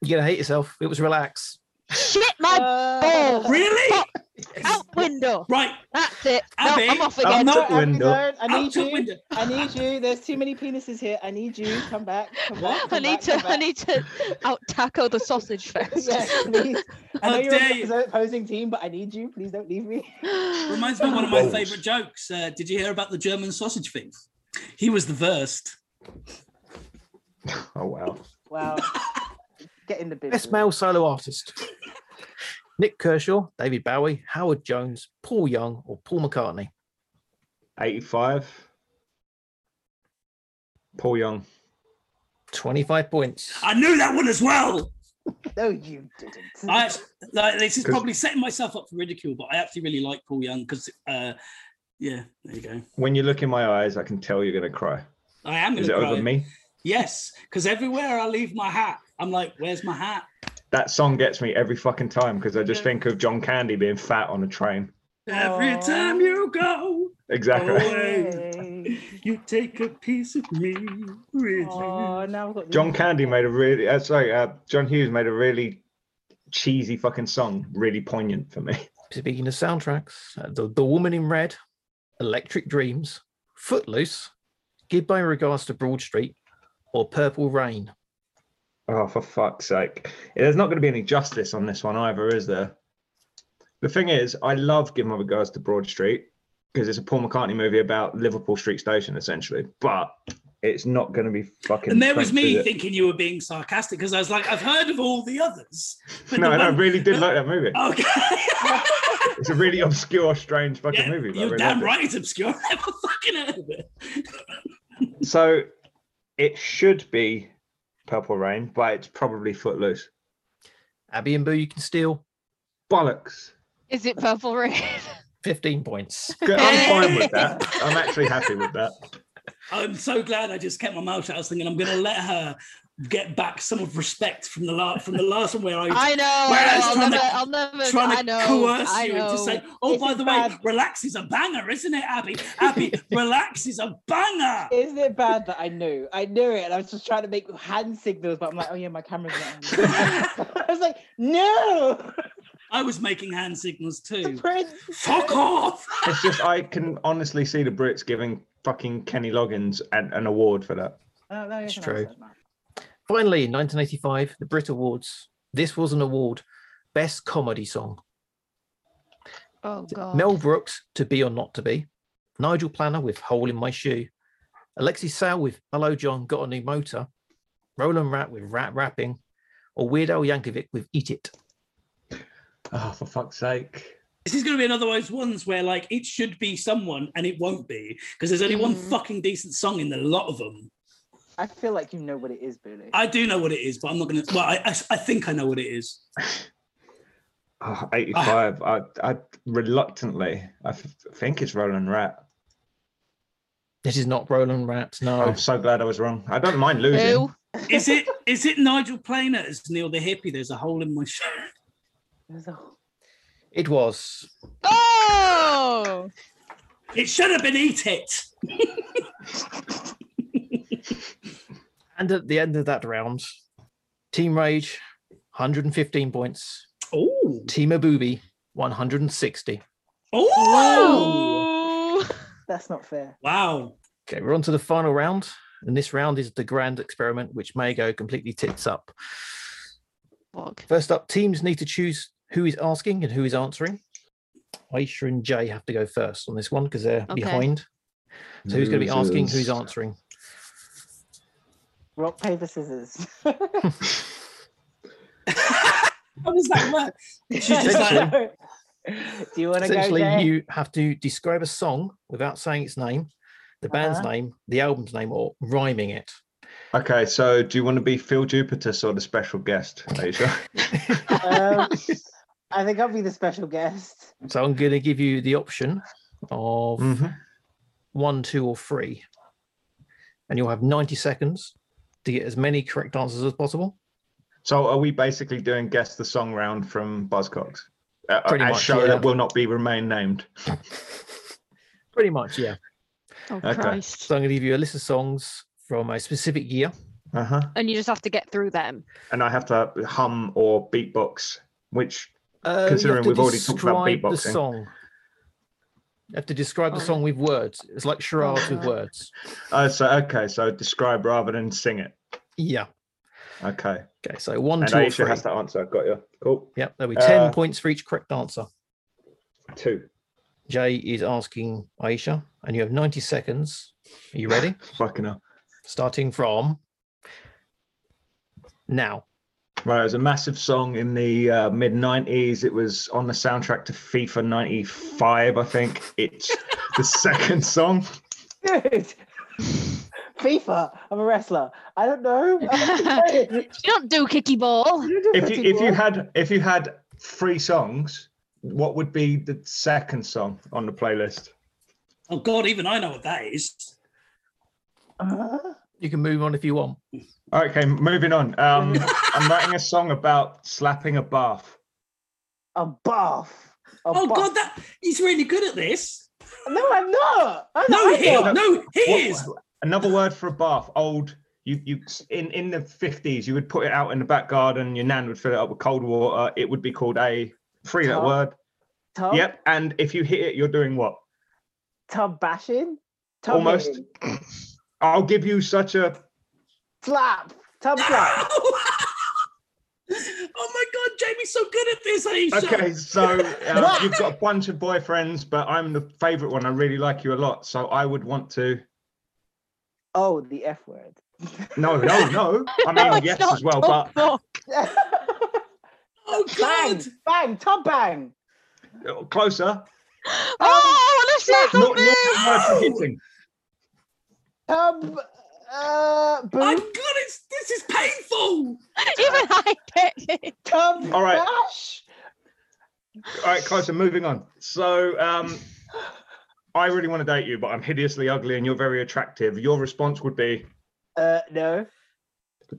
Speaker 5: You're gonna hate yourself. It was relax.
Speaker 1: Shit, my
Speaker 4: Uh,
Speaker 1: balls.
Speaker 2: oh, Really?
Speaker 1: out window.
Speaker 2: Right.
Speaker 1: That's it.
Speaker 2: Abby,
Speaker 1: no, Uh, I'm off
Speaker 3: I'm
Speaker 1: again.
Speaker 3: not-
Speaker 4: no, Abby,
Speaker 3: window.
Speaker 4: don't. I
Speaker 2: Out
Speaker 4: need
Speaker 2: the
Speaker 4: you.
Speaker 2: window.
Speaker 4: I need you. There's too many penises here. I need you. Come back. Come
Speaker 2: What?
Speaker 4: back.
Speaker 1: I
Speaker 4: come
Speaker 1: need
Speaker 4: back,
Speaker 1: to.
Speaker 4: come
Speaker 1: I
Speaker 4: back.
Speaker 1: need to out tackle the sausage fest.
Speaker 4: Yes, please. I
Speaker 2: How
Speaker 4: know you're
Speaker 2: dare
Speaker 4: on
Speaker 2: you.
Speaker 4: the opposing team, but I need you. Please don't leave me.
Speaker 2: Reminds me of one of my
Speaker 3: Balls.
Speaker 2: favourite jokes. Uh, did you hear about the German sausage thief? He was the worst.
Speaker 3: Oh wow.
Speaker 4: Wow. Get in the bin.
Speaker 5: Best male solo artist. Nick Kershaw, David Bowie, Howard Jones, Paul Young, or Paul McCartney.
Speaker 3: 85. Paul Young.
Speaker 5: 25 points.
Speaker 2: I knew that one as well.
Speaker 4: No, you didn't.
Speaker 2: I actually, like, this is
Speaker 3: 'Cause-
Speaker 2: probably setting myself up for ridicule, but I actually really like Paul Young because, uh, yeah, there you go.
Speaker 3: When you look in my eyes, I can tell you're going to cry.
Speaker 2: I am going
Speaker 3: Is
Speaker 2: to
Speaker 3: it
Speaker 2: cry.
Speaker 3: over me?
Speaker 2: Yes, because everywhere I leave my hat, I'm like, where's my hat?
Speaker 3: That song gets me every fucking time because I just
Speaker 2: Yeah.
Speaker 3: think of John Candy being fat on a train.
Speaker 2: Every
Speaker 4: Aw.
Speaker 2: time you go, Oh,
Speaker 3: Exactly.
Speaker 2: Away. you take a piece of me with
Speaker 4: Oh, now I've got the-
Speaker 3: John Candy made a really, uh, sorry, uh, John Hughes made a really cheesy fucking song, really poignant for me.
Speaker 5: Speaking of soundtracks, uh, the, the Woman in Red, Electric Dreams, Footloose, Give My Regards to Broad Street, or Purple Rain.
Speaker 3: Oh, for fuck's sake. There's not going to be any justice on this one either, is there? The thing is, I love Give My Regards to Broad Street because it's a Paul McCartney movie about Liverpool Street Station, essentially, but it's not going to be fucking.
Speaker 2: you. And there was
Speaker 3: French, is
Speaker 2: me
Speaker 3: it?
Speaker 2: thinking you were being sarcastic because I was like, I've heard of all the others. but
Speaker 3: No,
Speaker 2: the
Speaker 3: no, I
Speaker 2: one-
Speaker 3: really did like that movie.
Speaker 2: Okay.
Speaker 3: It's a really obscure, strange fucking
Speaker 2: Yeah,
Speaker 3: movie. But I
Speaker 2: You're
Speaker 3: really
Speaker 2: damn
Speaker 3: loved it.
Speaker 2: right it's obscure. I never fucking heard of it.
Speaker 3: So it should be Purple Rain, but it's probably Footloose.
Speaker 5: Abby and Boo, you can steal
Speaker 3: Bollocks.
Speaker 1: Is it purple rain?
Speaker 5: 15 points.
Speaker 3: Good, I'm fine with that. I'm actually happy with that.
Speaker 2: I'm so glad I just kept my mouth shut. I was thinking I'm going to let her get back some of respect from the last from the last one where I was
Speaker 1: I know. I
Speaker 2: Whereas
Speaker 1: know, I'll
Speaker 2: trying
Speaker 1: never.
Speaker 2: to-
Speaker 1: I'll never.
Speaker 2: trying to
Speaker 1: I know.
Speaker 2: coerce
Speaker 1: I
Speaker 2: you
Speaker 1: know.
Speaker 2: into saying, "Oh,
Speaker 4: This
Speaker 2: by
Speaker 4: is
Speaker 2: the way,
Speaker 4: bad.
Speaker 2: relax is a banger, isn't it, Abby? Abby, relax is a banger."
Speaker 4: Isn't it bad that I knew? I knew it. And I was just trying to make hand signals, but I'm like, oh yeah, my camera's not on. I was like, no,
Speaker 2: I was making hand signals too.
Speaker 4: Prince.
Speaker 2: Fuck off!
Speaker 3: It's just I can honestly see the Brits giving fucking Kenny Loggins an, an award for that.
Speaker 4: Oh, no,
Speaker 5: It's
Speaker 4: yes,
Speaker 5: true.
Speaker 4: no, no.
Speaker 5: Finally, in 1985, the Brit Awards. This was an award, Best Comedy Song.
Speaker 1: Oh god.
Speaker 5: Mel Brooks, To Be or Not to Be. Nigel Planner with Hole in My Shoe. Alexis Sale with Hello John, Got a New Motor. Roland Rat with Rat Rapping. Or Weird Al Yankovic with Eat It.
Speaker 3: Oh, for fuck's sake.
Speaker 2: This is going to be another one of those ones where, like, it should be someone and it won't be because there's only one
Speaker 1: Mhm.
Speaker 2: fucking decent song in the lot of them.
Speaker 4: I feel like you know what it is, Billy.
Speaker 2: I do know what it is, but I'm not going to. Well, I, I, I think I know what it is.
Speaker 3: Oh, 85. I, I reluctantly, I f- think it's Roland Rat.
Speaker 5: This is not Roland Rat, no.
Speaker 3: I'm so glad I was wrong. I don't mind losing.
Speaker 1: Who?
Speaker 2: Is it? is it Nigel Planer as Neil the hippie? There's a hole in my shoe.
Speaker 4: There's a-
Speaker 5: It was.
Speaker 1: Oh.
Speaker 2: It should have been Eat It.
Speaker 5: And at the end of that round, Team Rage, 115 points.
Speaker 2: Oh,
Speaker 5: Team Aboobie, 160.
Speaker 2: oh,
Speaker 1: Ooh.
Speaker 4: That's not fair.
Speaker 2: wow.
Speaker 5: Okay, we're on to the final round. And this round is the grand experiment, which may go completely tits up.
Speaker 1: Fuck.
Speaker 5: First up, teams need to choose who is asking and who is answering. Aisha and Jay have to go first on this one because they're
Speaker 1: Okay.
Speaker 5: behind. So who's going to be asking? Who's
Speaker 3: Losers.
Speaker 5: answering?
Speaker 4: Rock, paper, scissors.
Speaker 2: How does that work? She's just like,
Speaker 4: Do you want to go
Speaker 5: Essentially,
Speaker 4: there?
Speaker 5: you have to describe a song without saying its name, the band's
Speaker 4: Uh-huh.
Speaker 5: name, the album's name, or rhyming it.
Speaker 3: Okay, so do you want to be Phil Jupitus or the special guest, Asia?
Speaker 4: Um, I think I'll be the special guest.
Speaker 5: So I'm going to give you the option of
Speaker 3: Mhm.
Speaker 5: one, two, or three. And you'll have 90 seconds to get as many correct answers as possible.
Speaker 3: So are we basically doing guess the song round from Buzzcocks? uh,
Speaker 5: Pretty
Speaker 3: a
Speaker 5: much,
Speaker 3: show
Speaker 5: yeah.
Speaker 3: that will not be remain named.
Speaker 5: Pretty much, yeah.
Speaker 1: Oh
Speaker 3: Okay.
Speaker 1: Christ!
Speaker 5: So I'm going to give you a list of songs from a specific year.
Speaker 3: Uh huh.
Speaker 1: And you just have to get through them.
Speaker 3: And I have to hum or beatbox, which
Speaker 5: Uh, you
Speaker 3: Considering
Speaker 5: have to
Speaker 3: we've already talked about
Speaker 5: describe the
Speaker 3: beatboxing.
Speaker 5: song. You have to describe the
Speaker 1: Oh.
Speaker 5: song with words. It's like charades with
Speaker 1: no.
Speaker 5: words.
Speaker 3: uh, so okay, so describe rather than sing it.
Speaker 5: Yeah.
Speaker 3: Okay.
Speaker 5: Okay. So one,
Speaker 3: And
Speaker 5: two, or
Speaker 3: Aisha
Speaker 5: three.
Speaker 3: has to answer. Got you. Cool.
Speaker 5: Yep. There'll be ten
Speaker 3: Uh,
Speaker 5: points for each correct answer.
Speaker 3: Two.
Speaker 5: Jay is asking Aisha, and you have ninety seconds. Are you ready?
Speaker 3: Fucking hell.
Speaker 5: Starting from now.
Speaker 3: Right, it was a massive song in the uh, mid '90s. It was on the soundtrack to FIFA '95, I think. It's the second song.
Speaker 4: Dude. FIFA. I'm a wrestler. I don't know.
Speaker 1: You don't do kicky ball.
Speaker 3: If you if you had if you had three songs, what would be the second song on the playlist?
Speaker 2: Oh God, even I know what that is.
Speaker 4: Uh,
Speaker 5: You can move on if you want.
Speaker 3: Okay, moving on. Um, I'm writing a song about slapping a bath.
Speaker 4: a buff. A
Speaker 2: Oh
Speaker 4: buff.
Speaker 2: God, that he's really good at this.
Speaker 4: No, I'm not. I'm
Speaker 2: No,
Speaker 4: not.
Speaker 2: he,
Speaker 3: know.
Speaker 2: no, he
Speaker 3: What-
Speaker 2: is.
Speaker 3: Another word for a bath. Old. You you in in the 50s, you would put it out in the back garden. Your nan would fill it up with cold water. It would be called a free that
Speaker 4: Tub.
Speaker 3: word.
Speaker 4: Tub,
Speaker 3: Yep. And if you hit it, you're doing what?
Speaker 4: tub bashing. Tub
Speaker 3: Almost.
Speaker 4: hitting.
Speaker 3: I'll give you such a.
Speaker 4: Slap. Tub slap.
Speaker 2: oh my God, Jamie's so good at this, Aisha.
Speaker 3: Okay, so uh, you've got a bunch of boyfriends, but I'm the favorite one. I really like you a lot. So I would want to.
Speaker 4: Oh, the F word.
Speaker 3: No, no, no. I mean,
Speaker 1: No, it's
Speaker 3: yes,
Speaker 1: not
Speaker 3: as well,
Speaker 1: Oh,
Speaker 3: but
Speaker 1: fuck.
Speaker 2: Oh
Speaker 4: bang,
Speaker 2: God.
Speaker 4: bang, tub bang.
Speaker 3: uh, closer.
Speaker 1: Oh, let's
Speaker 3: Not, not the word for
Speaker 2: No!
Speaker 3: hitting.
Speaker 4: Tub. Uh, boom.
Speaker 2: My God, it's this is painful.
Speaker 1: Even I get it.
Speaker 4: tub
Speaker 3: All right.
Speaker 4: bash.
Speaker 3: All right, closer. Moving on. So um, I really want to date you, but I'm hideously ugly and you're very attractive. Your response would be.
Speaker 4: Uh, no.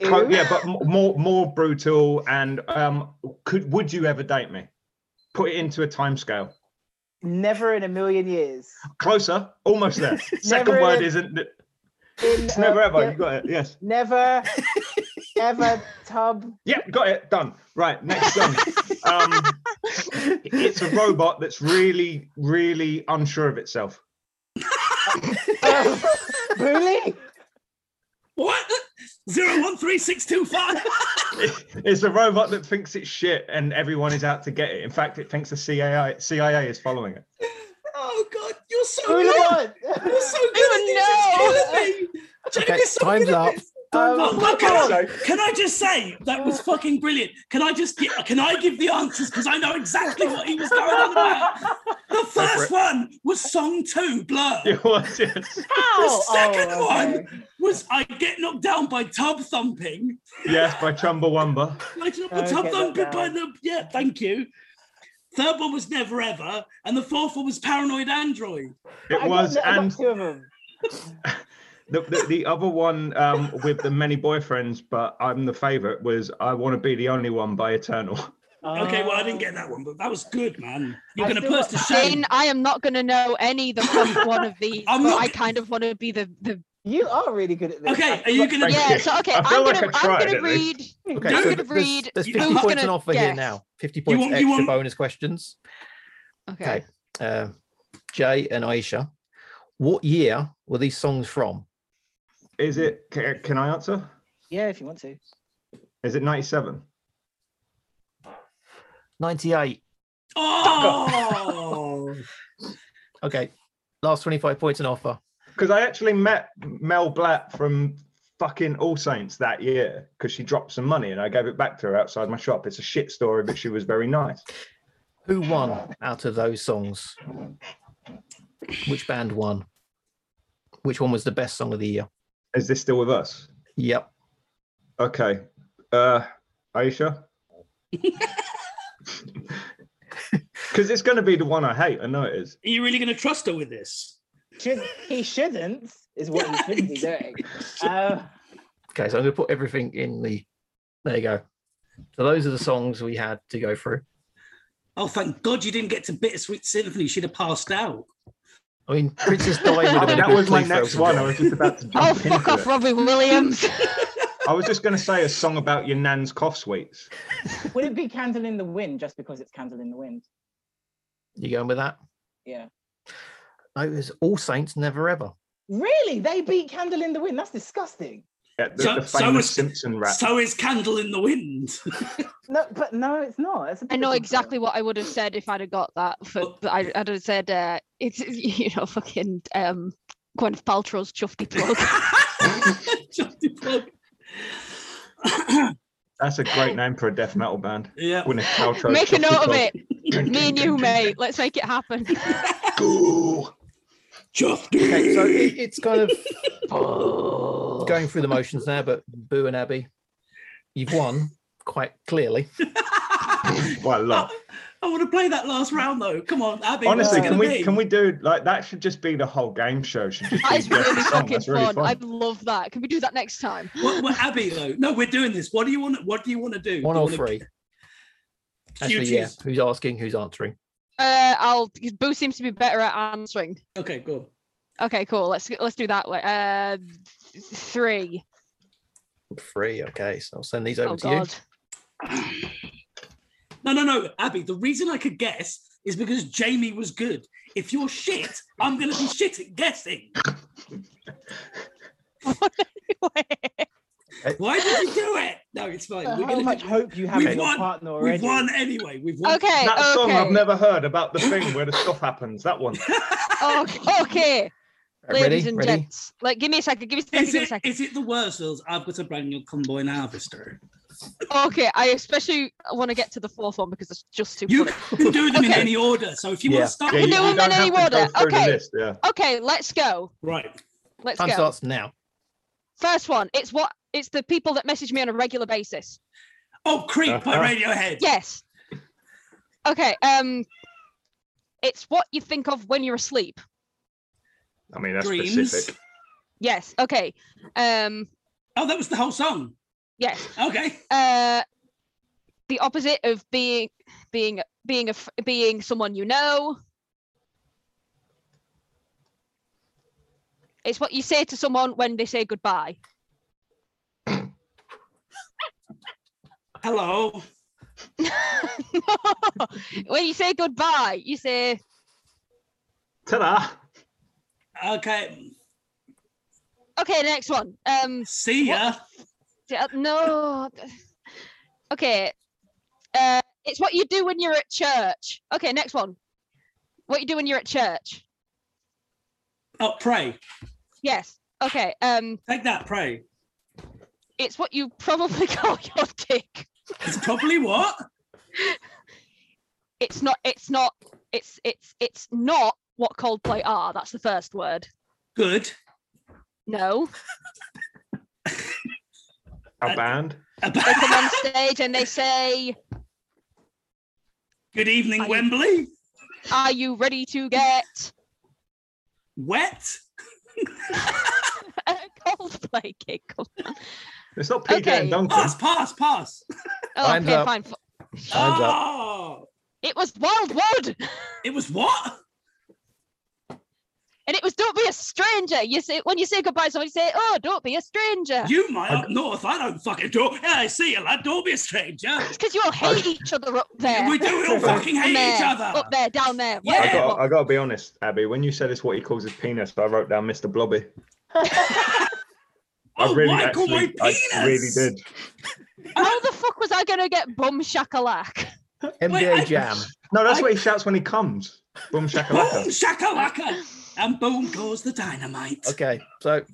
Speaker 3: Co-
Speaker 4: Ew.
Speaker 3: yeah, but m- more more brutal. And um, could would you ever date me? Put it into a time scale.
Speaker 4: Never in a million years.
Speaker 3: Closer, almost there. Second
Speaker 4: Never Uh,
Speaker 3: word
Speaker 4: in-
Speaker 3: isn't.
Speaker 4: In
Speaker 3: It's
Speaker 4: a
Speaker 3: never ever.
Speaker 4: mil-
Speaker 3: You got it. Yes.
Speaker 4: Never, ever tub.
Speaker 3: Yep. Got it. Done. Right. Next song. um, it's a robot that's really, really unsure of itself.
Speaker 4: Um, really?
Speaker 2: What? Zero one three six two five.
Speaker 3: It's a robot that thinks it's shit and everyone is out to get it. In fact, it thinks the CIA CIA is following it.
Speaker 2: Oh God, you're so
Speaker 4: Who
Speaker 2: good.
Speaker 4: won?
Speaker 2: You're
Speaker 4: Um,
Speaker 2: so good at this. It's killing me.
Speaker 5: Okay,
Speaker 2: Jamie's so
Speaker 5: time's
Speaker 2: good at
Speaker 5: up.
Speaker 2: this.
Speaker 4: Um,
Speaker 2: Oh my
Speaker 3: So,
Speaker 2: God. Can I just say that was fucking brilliant? Can I just get, can I give the answers because I know exactly what he was going on about. The first
Speaker 5: it.
Speaker 2: one was song two, Blur.
Speaker 3: it was, yes.
Speaker 4: Ow!
Speaker 2: second
Speaker 4: Oh,
Speaker 2: one.
Speaker 4: okay.
Speaker 2: Was I get knocked down by tub thumping?
Speaker 3: yes, by Chumbawamba.
Speaker 2: Like you know,
Speaker 4: Okay,
Speaker 2: tub
Speaker 4: that
Speaker 2: thumping by
Speaker 4: down.
Speaker 2: the yeah. Thank you. Third one was Never Ever, and the fourth one was Paranoid Android.
Speaker 4: I
Speaker 3: It
Speaker 4: got
Speaker 3: was,
Speaker 4: the- I got
Speaker 3: and
Speaker 4: two of them.
Speaker 3: The, the, the other one um, with the many boyfriends, but I'm the favorite, was I Want to Be the Only One by Eternal.
Speaker 2: Okay, well I didn't
Speaker 4: Um,
Speaker 2: get that one, but that was good, man. You're
Speaker 4: I
Speaker 2: gonna
Speaker 4: still
Speaker 2: put us
Speaker 4: got-
Speaker 2: to shame.
Speaker 1: Shane, I am not going to know any that from one of these,
Speaker 2: I'm
Speaker 1: but
Speaker 2: not-
Speaker 1: I kind of want to be the, the
Speaker 4: You are really good at this.
Speaker 2: Okay,
Speaker 4: I
Speaker 2: are you
Speaker 4: forgot-
Speaker 2: gonna?
Speaker 3: Thank
Speaker 1: yeah.
Speaker 3: you.
Speaker 1: So okay,
Speaker 3: I
Speaker 1: I'm
Speaker 3: feel like
Speaker 1: gonna
Speaker 3: I tried
Speaker 1: I'm
Speaker 3: at
Speaker 1: gonna
Speaker 3: least.
Speaker 1: read.
Speaker 5: Okay,
Speaker 2: You're
Speaker 5: so
Speaker 1: gonna
Speaker 5: there's,
Speaker 1: read-
Speaker 5: there's
Speaker 2: you-
Speaker 5: 50
Speaker 2: who's
Speaker 5: points
Speaker 1: gonna
Speaker 5: on offer here
Speaker 1: guess?
Speaker 5: now. 50 points
Speaker 2: want- you
Speaker 5: extra
Speaker 2: want-
Speaker 5: bonus questions.
Speaker 1: Okay.
Speaker 5: Okay. Uh, Jay and Aisha, what year were these songs from?
Speaker 3: Is it, ca- can I answer?
Speaker 4: Yeah, if you want to.
Speaker 3: Is it 97?
Speaker 5: 98.
Speaker 2: Oh,
Speaker 5: Okay. Last 25 points on offer.
Speaker 3: Because I actually met Mel Blatt from fucking All Saints that year because she dropped some money and I gave it back to her outside my shop. It's a shit story, but she was very nice.
Speaker 5: Who won out of those songs? Which band won? Which one was the best song of the year?
Speaker 3: Is this still with us?
Speaker 5: Yep.
Speaker 3: Okay. Uh, Aisha? Because it's going to be the one I hate. I know it is.
Speaker 2: are you really gonna trust her with this?
Speaker 4: Should, he shouldn't, is what he should be doing. Um,
Speaker 5: Okay, so I'm going to put everything in the. There you go. So those are the songs we had to go through.
Speaker 2: Oh, thank God you didn't get to Bittersweet Symphony. She'd have passed out.
Speaker 5: I mean, Princess Di would have been a
Speaker 3: that
Speaker 5: good
Speaker 3: was my
Speaker 5: Clefairy
Speaker 3: next
Speaker 5: film.
Speaker 3: one. I was just about to
Speaker 1: Oh,
Speaker 3: jump
Speaker 1: fuck
Speaker 3: into
Speaker 1: off,
Speaker 3: it.
Speaker 1: Robbie Williams.
Speaker 3: I was just going to say a song about your nan's cough sweets.
Speaker 4: Would it be Candle in the Wind just because it's Candle in the Wind?
Speaker 5: You going with that?
Speaker 4: Yeah.
Speaker 5: No, it was All Saints Never Ever.
Speaker 4: Really? They beat Candle in the Wind? That's disgusting.
Speaker 3: Yeah, the,
Speaker 2: So-
Speaker 3: the
Speaker 2: so
Speaker 3: famous
Speaker 2: is-
Speaker 3: Simpson rap.
Speaker 2: So is Candle in the Wind.
Speaker 4: No, but no, it's not. It's a
Speaker 1: I know
Speaker 4: biblical
Speaker 1: exactly
Speaker 4: story.
Speaker 1: what I would have said if I'd have got that. For, but I, I'd have said, uh, it's, you know, fucking um, Gwyneth Paltrow's chufty plug.
Speaker 2: Justin Plug.
Speaker 3: That's a great name for a death metal band.
Speaker 2: yeah.
Speaker 3: Gwyneth Paltrow.
Speaker 1: Make a
Speaker 3: Chelsea
Speaker 1: note of
Speaker 3: Clock.
Speaker 1: it. Me and you, mate. Let's make it happen.
Speaker 3: Go.
Speaker 5: Okay, so
Speaker 2: Justin.
Speaker 5: it, it's kind of going through the motions now, but Boo and Abby, you've won quite clearly.
Speaker 3: By a lot.
Speaker 2: I want to play that last round though. Come on, Abby. what's
Speaker 3: Honestly,
Speaker 2: it
Speaker 3: can
Speaker 2: gonna
Speaker 3: we
Speaker 2: be?
Speaker 3: can we do like that? Should just be the whole game show. Should just
Speaker 1: That
Speaker 3: be
Speaker 1: is
Speaker 3: just the
Speaker 1: really
Speaker 3: song.
Speaker 1: fucking
Speaker 3: That's really
Speaker 1: fun. I love that. Can we do that next time?
Speaker 2: What, what, Abby though? No, we're doing this. What do you want? What do you want to do?
Speaker 5: One
Speaker 2: Do you
Speaker 5: or
Speaker 2: wanna-
Speaker 5: three.
Speaker 2: You
Speaker 5: Actually, yeah.
Speaker 2: choose.
Speaker 5: Who's asking? Who's answering?
Speaker 1: Uh, I'll. 'cause Boo seems to be better at answering.
Speaker 2: Okay, go.
Speaker 1: Okay, cool. Let's let's do that way. Uh, three.
Speaker 5: Three. Okay, so I'll send these over
Speaker 1: oh
Speaker 5: to
Speaker 1: God.
Speaker 2: No, no, no, Abby. The reason I could guess is because Jamie was good. If you're shit, I'm gonna be shit at guessing. Why did you do it? No, it's fine. We're
Speaker 4: How
Speaker 2: gonna
Speaker 4: much
Speaker 2: do-
Speaker 4: hope you have
Speaker 2: We've
Speaker 4: in your
Speaker 2: won.
Speaker 4: partner already?
Speaker 2: We've won anyway. We've won.
Speaker 1: Okay.
Speaker 3: That song I've
Speaker 1: okay.
Speaker 3: never heard about the thing where the stuff happens. That one.
Speaker 1: okay. Oh, Okay.
Speaker 5: you.
Speaker 1: Ladies
Speaker 5: Ready?
Speaker 1: and
Speaker 5: Ready?
Speaker 1: gents, like, give me a second. Give me a second.
Speaker 2: Is
Speaker 1: Give me a
Speaker 2: it,
Speaker 1: second.
Speaker 2: is it the Wurzels? I've got a brand new convoy and harvester.
Speaker 1: Okay, I especially want to get to the fourth one because it's just too.
Speaker 2: You
Speaker 1: funny.
Speaker 2: can do them in
Speaker 1: Okay.
Speaker 2: any order. So if you
Speaker 5: Yeah.
Speaker 2: want to start,
Speaker 1: you
Speaker 2: with
Speaker 1: do
Speaker 2: one-
Speaker 1: them in any order.
Speaker 3: through the
Speaker 1: Okay.
Speaker 3: list, yeah.
Speaker 1: Okay, let's go.
Speaker 2: right.
Speaker 1: Let's
Speaker 5: Time
Speaker 1: go.
Speaker 5: starts now.
Speaker 1: First one. It's what. It's the people that message me on a regular basis.
Speaker 2: Oh, creep by
Speaker 3: Uh-huh.
Speaker 2: Radiohead.
Speaker 1: Yes. Okay. Um, it's what you think of when you're asleep.
Speaker 3: I mean, that's
Speaker 2: Dreams.
Speaker 3: specific.
Speaker 1: Yes. Okay. Um.
Speaker 2: Oh, that was the whole song.
Speaker 1: Yes.
Speaker 2: Okay.
Speaker 1: Uh. The opposite of being, being, being a, f- being someone you know. It's what you say to someone when they say goodbye.
Speaker 2: Hello.
Speaker 1: when you say goodbye, you say
Speaker 3: Ta-da.
Speaker 2: Okay.
Speaker 1: okay. Next one. Um.
Speaker 2: See ya.
Speaker 1: Yeah, No. Okay. Uh, it's what you do when you're at church. Okay, next one. What you do when you're at church?
Speaker 2: Oh, pray.
Speaker 1: Yes. Okay. Um,
Speaker 2: Take that, pray.
Speaker 1: it's what you probably call your dick.
Speaker 2: It's probably what?
Speaker 1: It's not. It's not. It's it's it's not what Coldplay are. That's the first word.
Speaker 2: Good.
Speaker 1: No,
Speaker 3: A
Speaker 2: Uh,
Speaker 3: band.
Speaker 1: they come on stage and they say,
Speaker 2: Good evening,
Speaker 1: Are you-
Speaker 2: Wembley.
Speaker 1: "Are you ready to get
Speaker 2: Wet.
Speaker 1: a Coldplay gig?" Oh, Come on.
Speaker 3: It's not PJ
Speaker 1: Okay.
Speaker 3: and Duncan.
Speaker 2: Pass, pass, pass.
Speaker 1: Oh,
Speaker 5: Time's
Speaker 1: okay,
Speaker 5: up.
Speaker 1: fine. f-
Speaker 5: Time's up.
Speaker 2: oh,
Speaker 1: It was Wildwood.
Speaker 2: it was what?
Speaker 1: And it was don't be a stranger. You say when you say goodbye, to someone you say, oh, don't be a stranger.
Speaker 2: You might up north. I don't fucking do. Yeah, I see you, lad. Don't be a stranger.
Speaker 1: It's because you all hate each other up there.
Speaker 2: We do. We all fucking
Speaker 1: Down
Speaker 2: hate each
Speaker 1: there,
Speaker 2: other.
Speaker 1: Up there, down there.
Speaker 2: Yeah.
Speaker 1: whatever.
Speaker 3: I got. I got to be honest, Abby. When you said it's what he calls his penis, I wrote down Mr. Blobby. I
Speaker 2: Oh,
Speaker 3: really
Speaker 2: Michael, my
Speaker 3: actually, I really
Speaker 2: penis!
Speaker 3: did.
Speaker 1: How the fuck was I gonna get bum shakalak?
Speaker 5: MDA
Speaker 2: I-
Speaker 5: Jam.
Speaker 3: No, that's
Speaker 2: I-
Speaker 3: what he shouts when he comes. Boom
Speaker 2: Boom,
Speaker 3: shakalaka.
Speaker 2: shakalaka, and boom goes the dynamite.
Speaker 5: Okay, so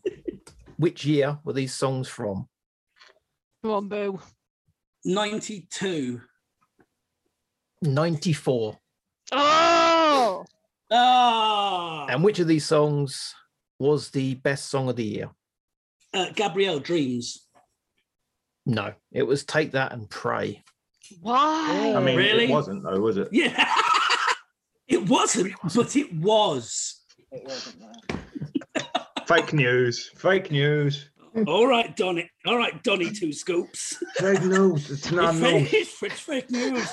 Speaker 5: which year were these songs from?
Speaker 1: Come on, boo.
Speaker 2: Ninety-two.
Speaker 5: 94.
Speaker 1: Oh,
Speaker 2: Ah,
Speaker 5: And which of these songs was the best song of the year?
Speaker 2: uh, Gabrielle dreams.
Speaker 5: No, it was Take That and Pray.
Speaker 4: Oh,
Speaker 1: why?
Speaker 3: I mean,
Speaker 2: Really?
Speaker 3: it wasn't though, was it?
Speaker 2: Yeah. It wasn't, but it was.
Speaker 4: It wasn't that.
Speaker 3: Fake news. Fake news.
Speaker 2: All right, Donny. All right, Donny, two scoops.
Speaker 3: Fake news. It's not
Speaker 2: it's,
Speaker 3: news.
Speaker 2: fake, it's fake news.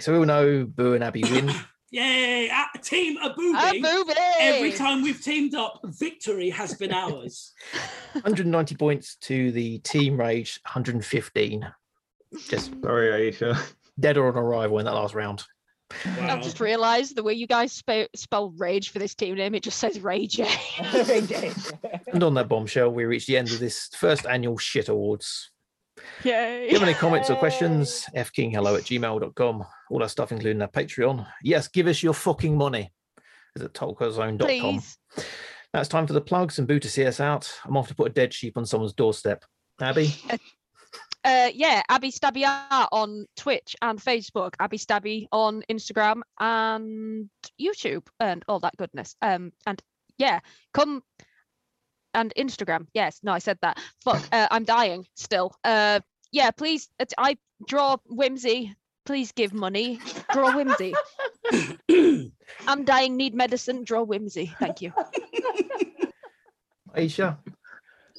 Speaker 5: so we all know Boo and Abby win.
Speaker 2: Yay! Ah, team
Speaker 1: A
Speaker 2: Abubi.
Speaker 1: movie.
Speaker 2: Every time we've teamed up, victory has been ours.
Speaker 5: 190 points to the Team Rage 115. Just
Speaker 3: Sorry, Aisha.
Speaker 5: dead or on arrival in that last round.
Speaker 1: I've
Speaker 2: Wow.
Speaker 1: just realised the way you guys spe- spell rage for this team name, it just says rage.
Speaker 5: And on that bombshell, we reach the end of this first annual Shit Awards. If
Speaker 1: Yay.
Speaker 5: you have any comments or questions, fkinghello at gmail.com. All our stuff, including our Patreon. Yes, give us your fucking money. Is at tolkozone.com.
Speaker 1: Please.
Speaker 5: Now it's time for the plugs and Boo to see us out. I'm off to put a dead sheep on someone's doorstep. Abby,
Speaker 1: Uh, yeah, Abby Stabby Art on Twitch and Facebook, Abby Stabby on Instagram and YouTube, and all that goodness. Um, and yeah, come and Instagram. Yes, no, I said that. Fuck, uh, I'm dying still. Uh, yeah, please. it's- I draw whimsy. Please give money. Draw whimsy. I'm dying. Need medicine. Draw whimsy. Thank you.
Speaker 5: Aisha,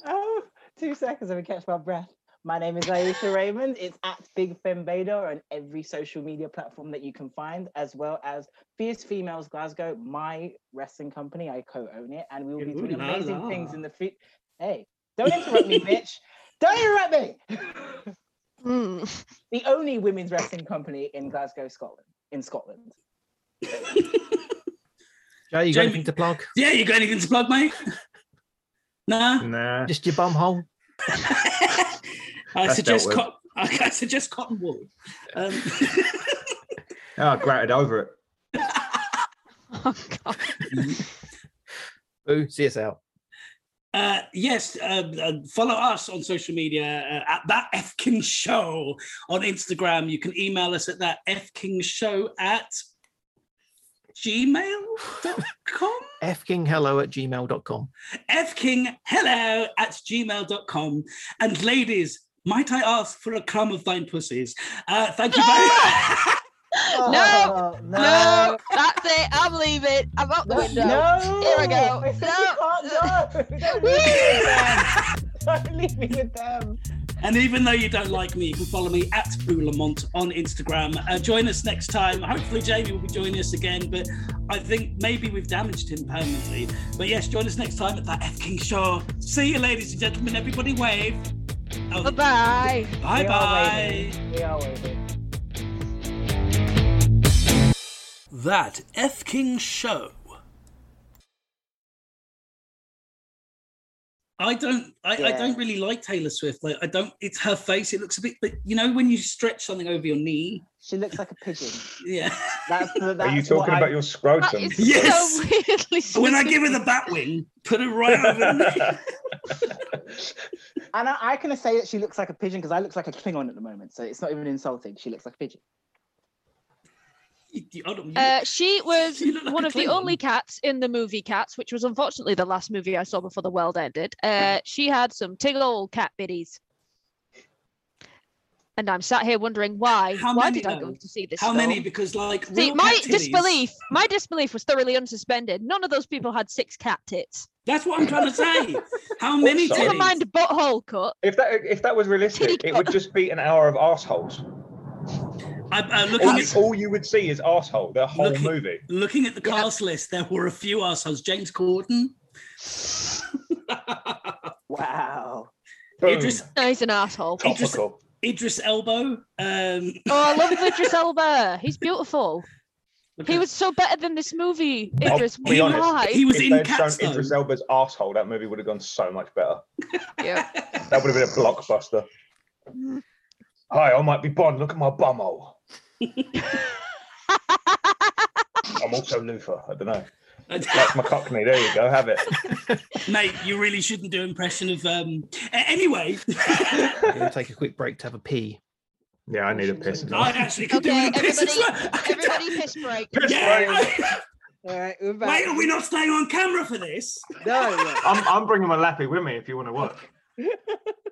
Speaker 4: Oh, two seconds, let me catch my breath. My name is Aisha Raymond. It's at Big Fembader on every social media platform that you can find, as well as Fierce Females Glasgow, my wrestling company. I co-own it, and we will be
Speaker 2: Ooh
Speaker 4: doing
Speaker 2: la
Speaker 4: amazing
Speaker 2: la.
Speaker 4: things in the future. Hey, don't interrupt me, bitch! Don't interrupt me.
Speaker 1: Mm.
Speaker 4: the only women's wrestling company in Glasgow, Scotland. In Scotland.
Speaker 5: Jay, you got
Speaker 2: Jamie.
Speaker 5: anything to plug?
Speaker 2: yeah, you got anything to plug, mate? Nah.
Speaker 3: Nah.
Speaker 5: Just your bum hole.
Speaker 2: I
Speaker 3: That's
Speaker 2: suggest
Speaker 3: dealt with.
Speaker 2: cotton. I suggest cotton wool. Um,
Speaker 3: Oh, gratted over it.
Speaker 1: Oh God.
Speaker 5: Boo, see us out.
Speaker 2: uh, yes, uh, uh, follow us on social media uh, at that fking show on Instagram. You can email us at that fking show at gmail.com.
Speaker 5: fkinghello at gmail.com.
Speaker 2: fkinghello at gmail.com. And ladies, might I ask for a crumb of thine pussies? Uh, thank you very much.
Speaker 1: No,
Speaker 4: no,
Speaker 1: No, that's it. I'm leaving. I'm out the window.
Speaker 4: No.
Speaker 1: Here we go.
Speaker 4: You can't- no. Don't leave me with them. Don't leave me with them.
Speaker 2: And even though you don't like me, you can follow me at Boo Lamont on Instagram. Uh, join us next time. Hopefully, Jamie will be joining us again, but I think maybe we've damaged him permanently. But yes, join us next time at that F King show. See you, ladies and gentlemen. Everybody wave. Oh,
Speaker 1: Bye bye.
Speaker 2: Bye
Speaker 4: We are
Speaker 2: bye.
Speaker 4: waving. We are waving.
Speaker 2: That F King show. I don't. I, I
Speaker 4: Yeah.
Speaker 2: don't really like Taylor Swift. Like I don't. It's her face. It looks a bit. But you know when you stretch something over your knee.
Speaker 4: She looks like a pigeon.
Speaker 2: Yeah.
Speaker 4: That's the. That's
Speaker 3: Are you
Speaker 4: what
Speaker 3: talking
Speaker 4: I-
Speaker 3: about your
Speaker 1: That
Speaker 3: scrotum?
Speaker 1: is
Speaker 2: Yes.
Speaker 1: so weirdly
Speaker 2: when I
Speaker 1: specific.
Speaker 2: give her the bat wing, put it right over the knee.
Speaker 4: And I, I can say that she looks like a pigeon because I look like a Klingon at the moment, so it's not even insulting. She looks like a pigeon.
Speaker 2: You- you- hold on, you-
Speaker 1: Uh, she was
Speaker 2: You look like
Speaker 1: one
Speaker 2: a
Speaker 1: of the only
Speaker 2: Klingon.
Speaker 1: cats in the movie Cats, which was unfortunately the last movie I saw before the world ended. Uh, she had some tickle cat biddies. And I'm sat here wondering why.
Speaker 2: How
Speaker 1: why
Speaker 2: many,
Speaker 1: did I go
Speaker 2: though?
Speaker 1: to see this?
Speaker 2: How many?
Speaker 1: film?
Speaker 2: Because like
Speaker 1: See,
Speaker 2: real
Speaker 1: my
Speaker 2: cat titties-
Speaker 1: disbelief, my disbelief was thoroughly unsuspended. None of those people had six cat tits.
Speaker 2: That's what I'm trying to say. How many?
Speaker 3: Also-
Speaker 1: Never
Speaker 2: titties?
Speaker 1: mind butthole cut.
Speaker 3: If that if that was realistic, it would just be an hour of assholes.
Speaker 2: I'm uh, looking
Speaker 3: All
Speaker 2: at
Speaker 3: you, all you would see is asshole. The whole
Speaker 2: Look at-
Speaker 3: movie.
Speaker 2: Looking at the
Speaker 1: Yeah.
Speaker 2: cast list, there were a few assholes. James Corden.
Speaker 4: Wow.
Speaker 3: Boom.
Speaker 2: Idris,
Speaker 1: No, he's an asshole.
Speaker 2: It just-
Speaker 3: Topical.
Speaker 2: Idris Elbow. Um,
Speaker 1: Oh, I love Idris Elba. He's beautiful.
Speaker 2: look
Speaker 1: He
Speaker 2: at-
Speaker 1: was so better than this movie,
Speaker 3: I'll
Speaker 1: Idris.
Speaker 3: be honest,
Speaker 1: Why?
Speaker 2: He was
Speaker 3: if
Speaker 2: in
Speaker 3: they'd shown
Speaker 2: Cats though.
Speaker 3: Idris Elba's asshole, that movie would have gone so much better.
Speaker 1: Yeah.
Speaker 3: That would have been a blockbuster. Hi, I might be Bond. Look at my bumhole. I'm also Luther. I don't know. That's my cockney. There you go. Have it.
Speaker 2: Mate, you really shouldn't do impression of. Um... a- Anyway,
Speaker 5: We're going to take a quick break to have a pee.
Speaker 3: Yeah, I need a piss. as well.
Speaker 2: I actually could do
Speaker 1: Okay,
Speaker 2: with a piss as
Speaker 1: everybody-
Speaker 2: well. I could-
Speaker 1: Everybody piss break.
Speaker 3: Piss
Speaker 2: Yeah.
Speaker 3: break.
Speaker 4: All right, we're back.
Speaker 2: Wait, are we not staying on camera for this?
Speaker 4: No.
Speaker 3: I'm, I'm bringing my lappy with me if you want to work.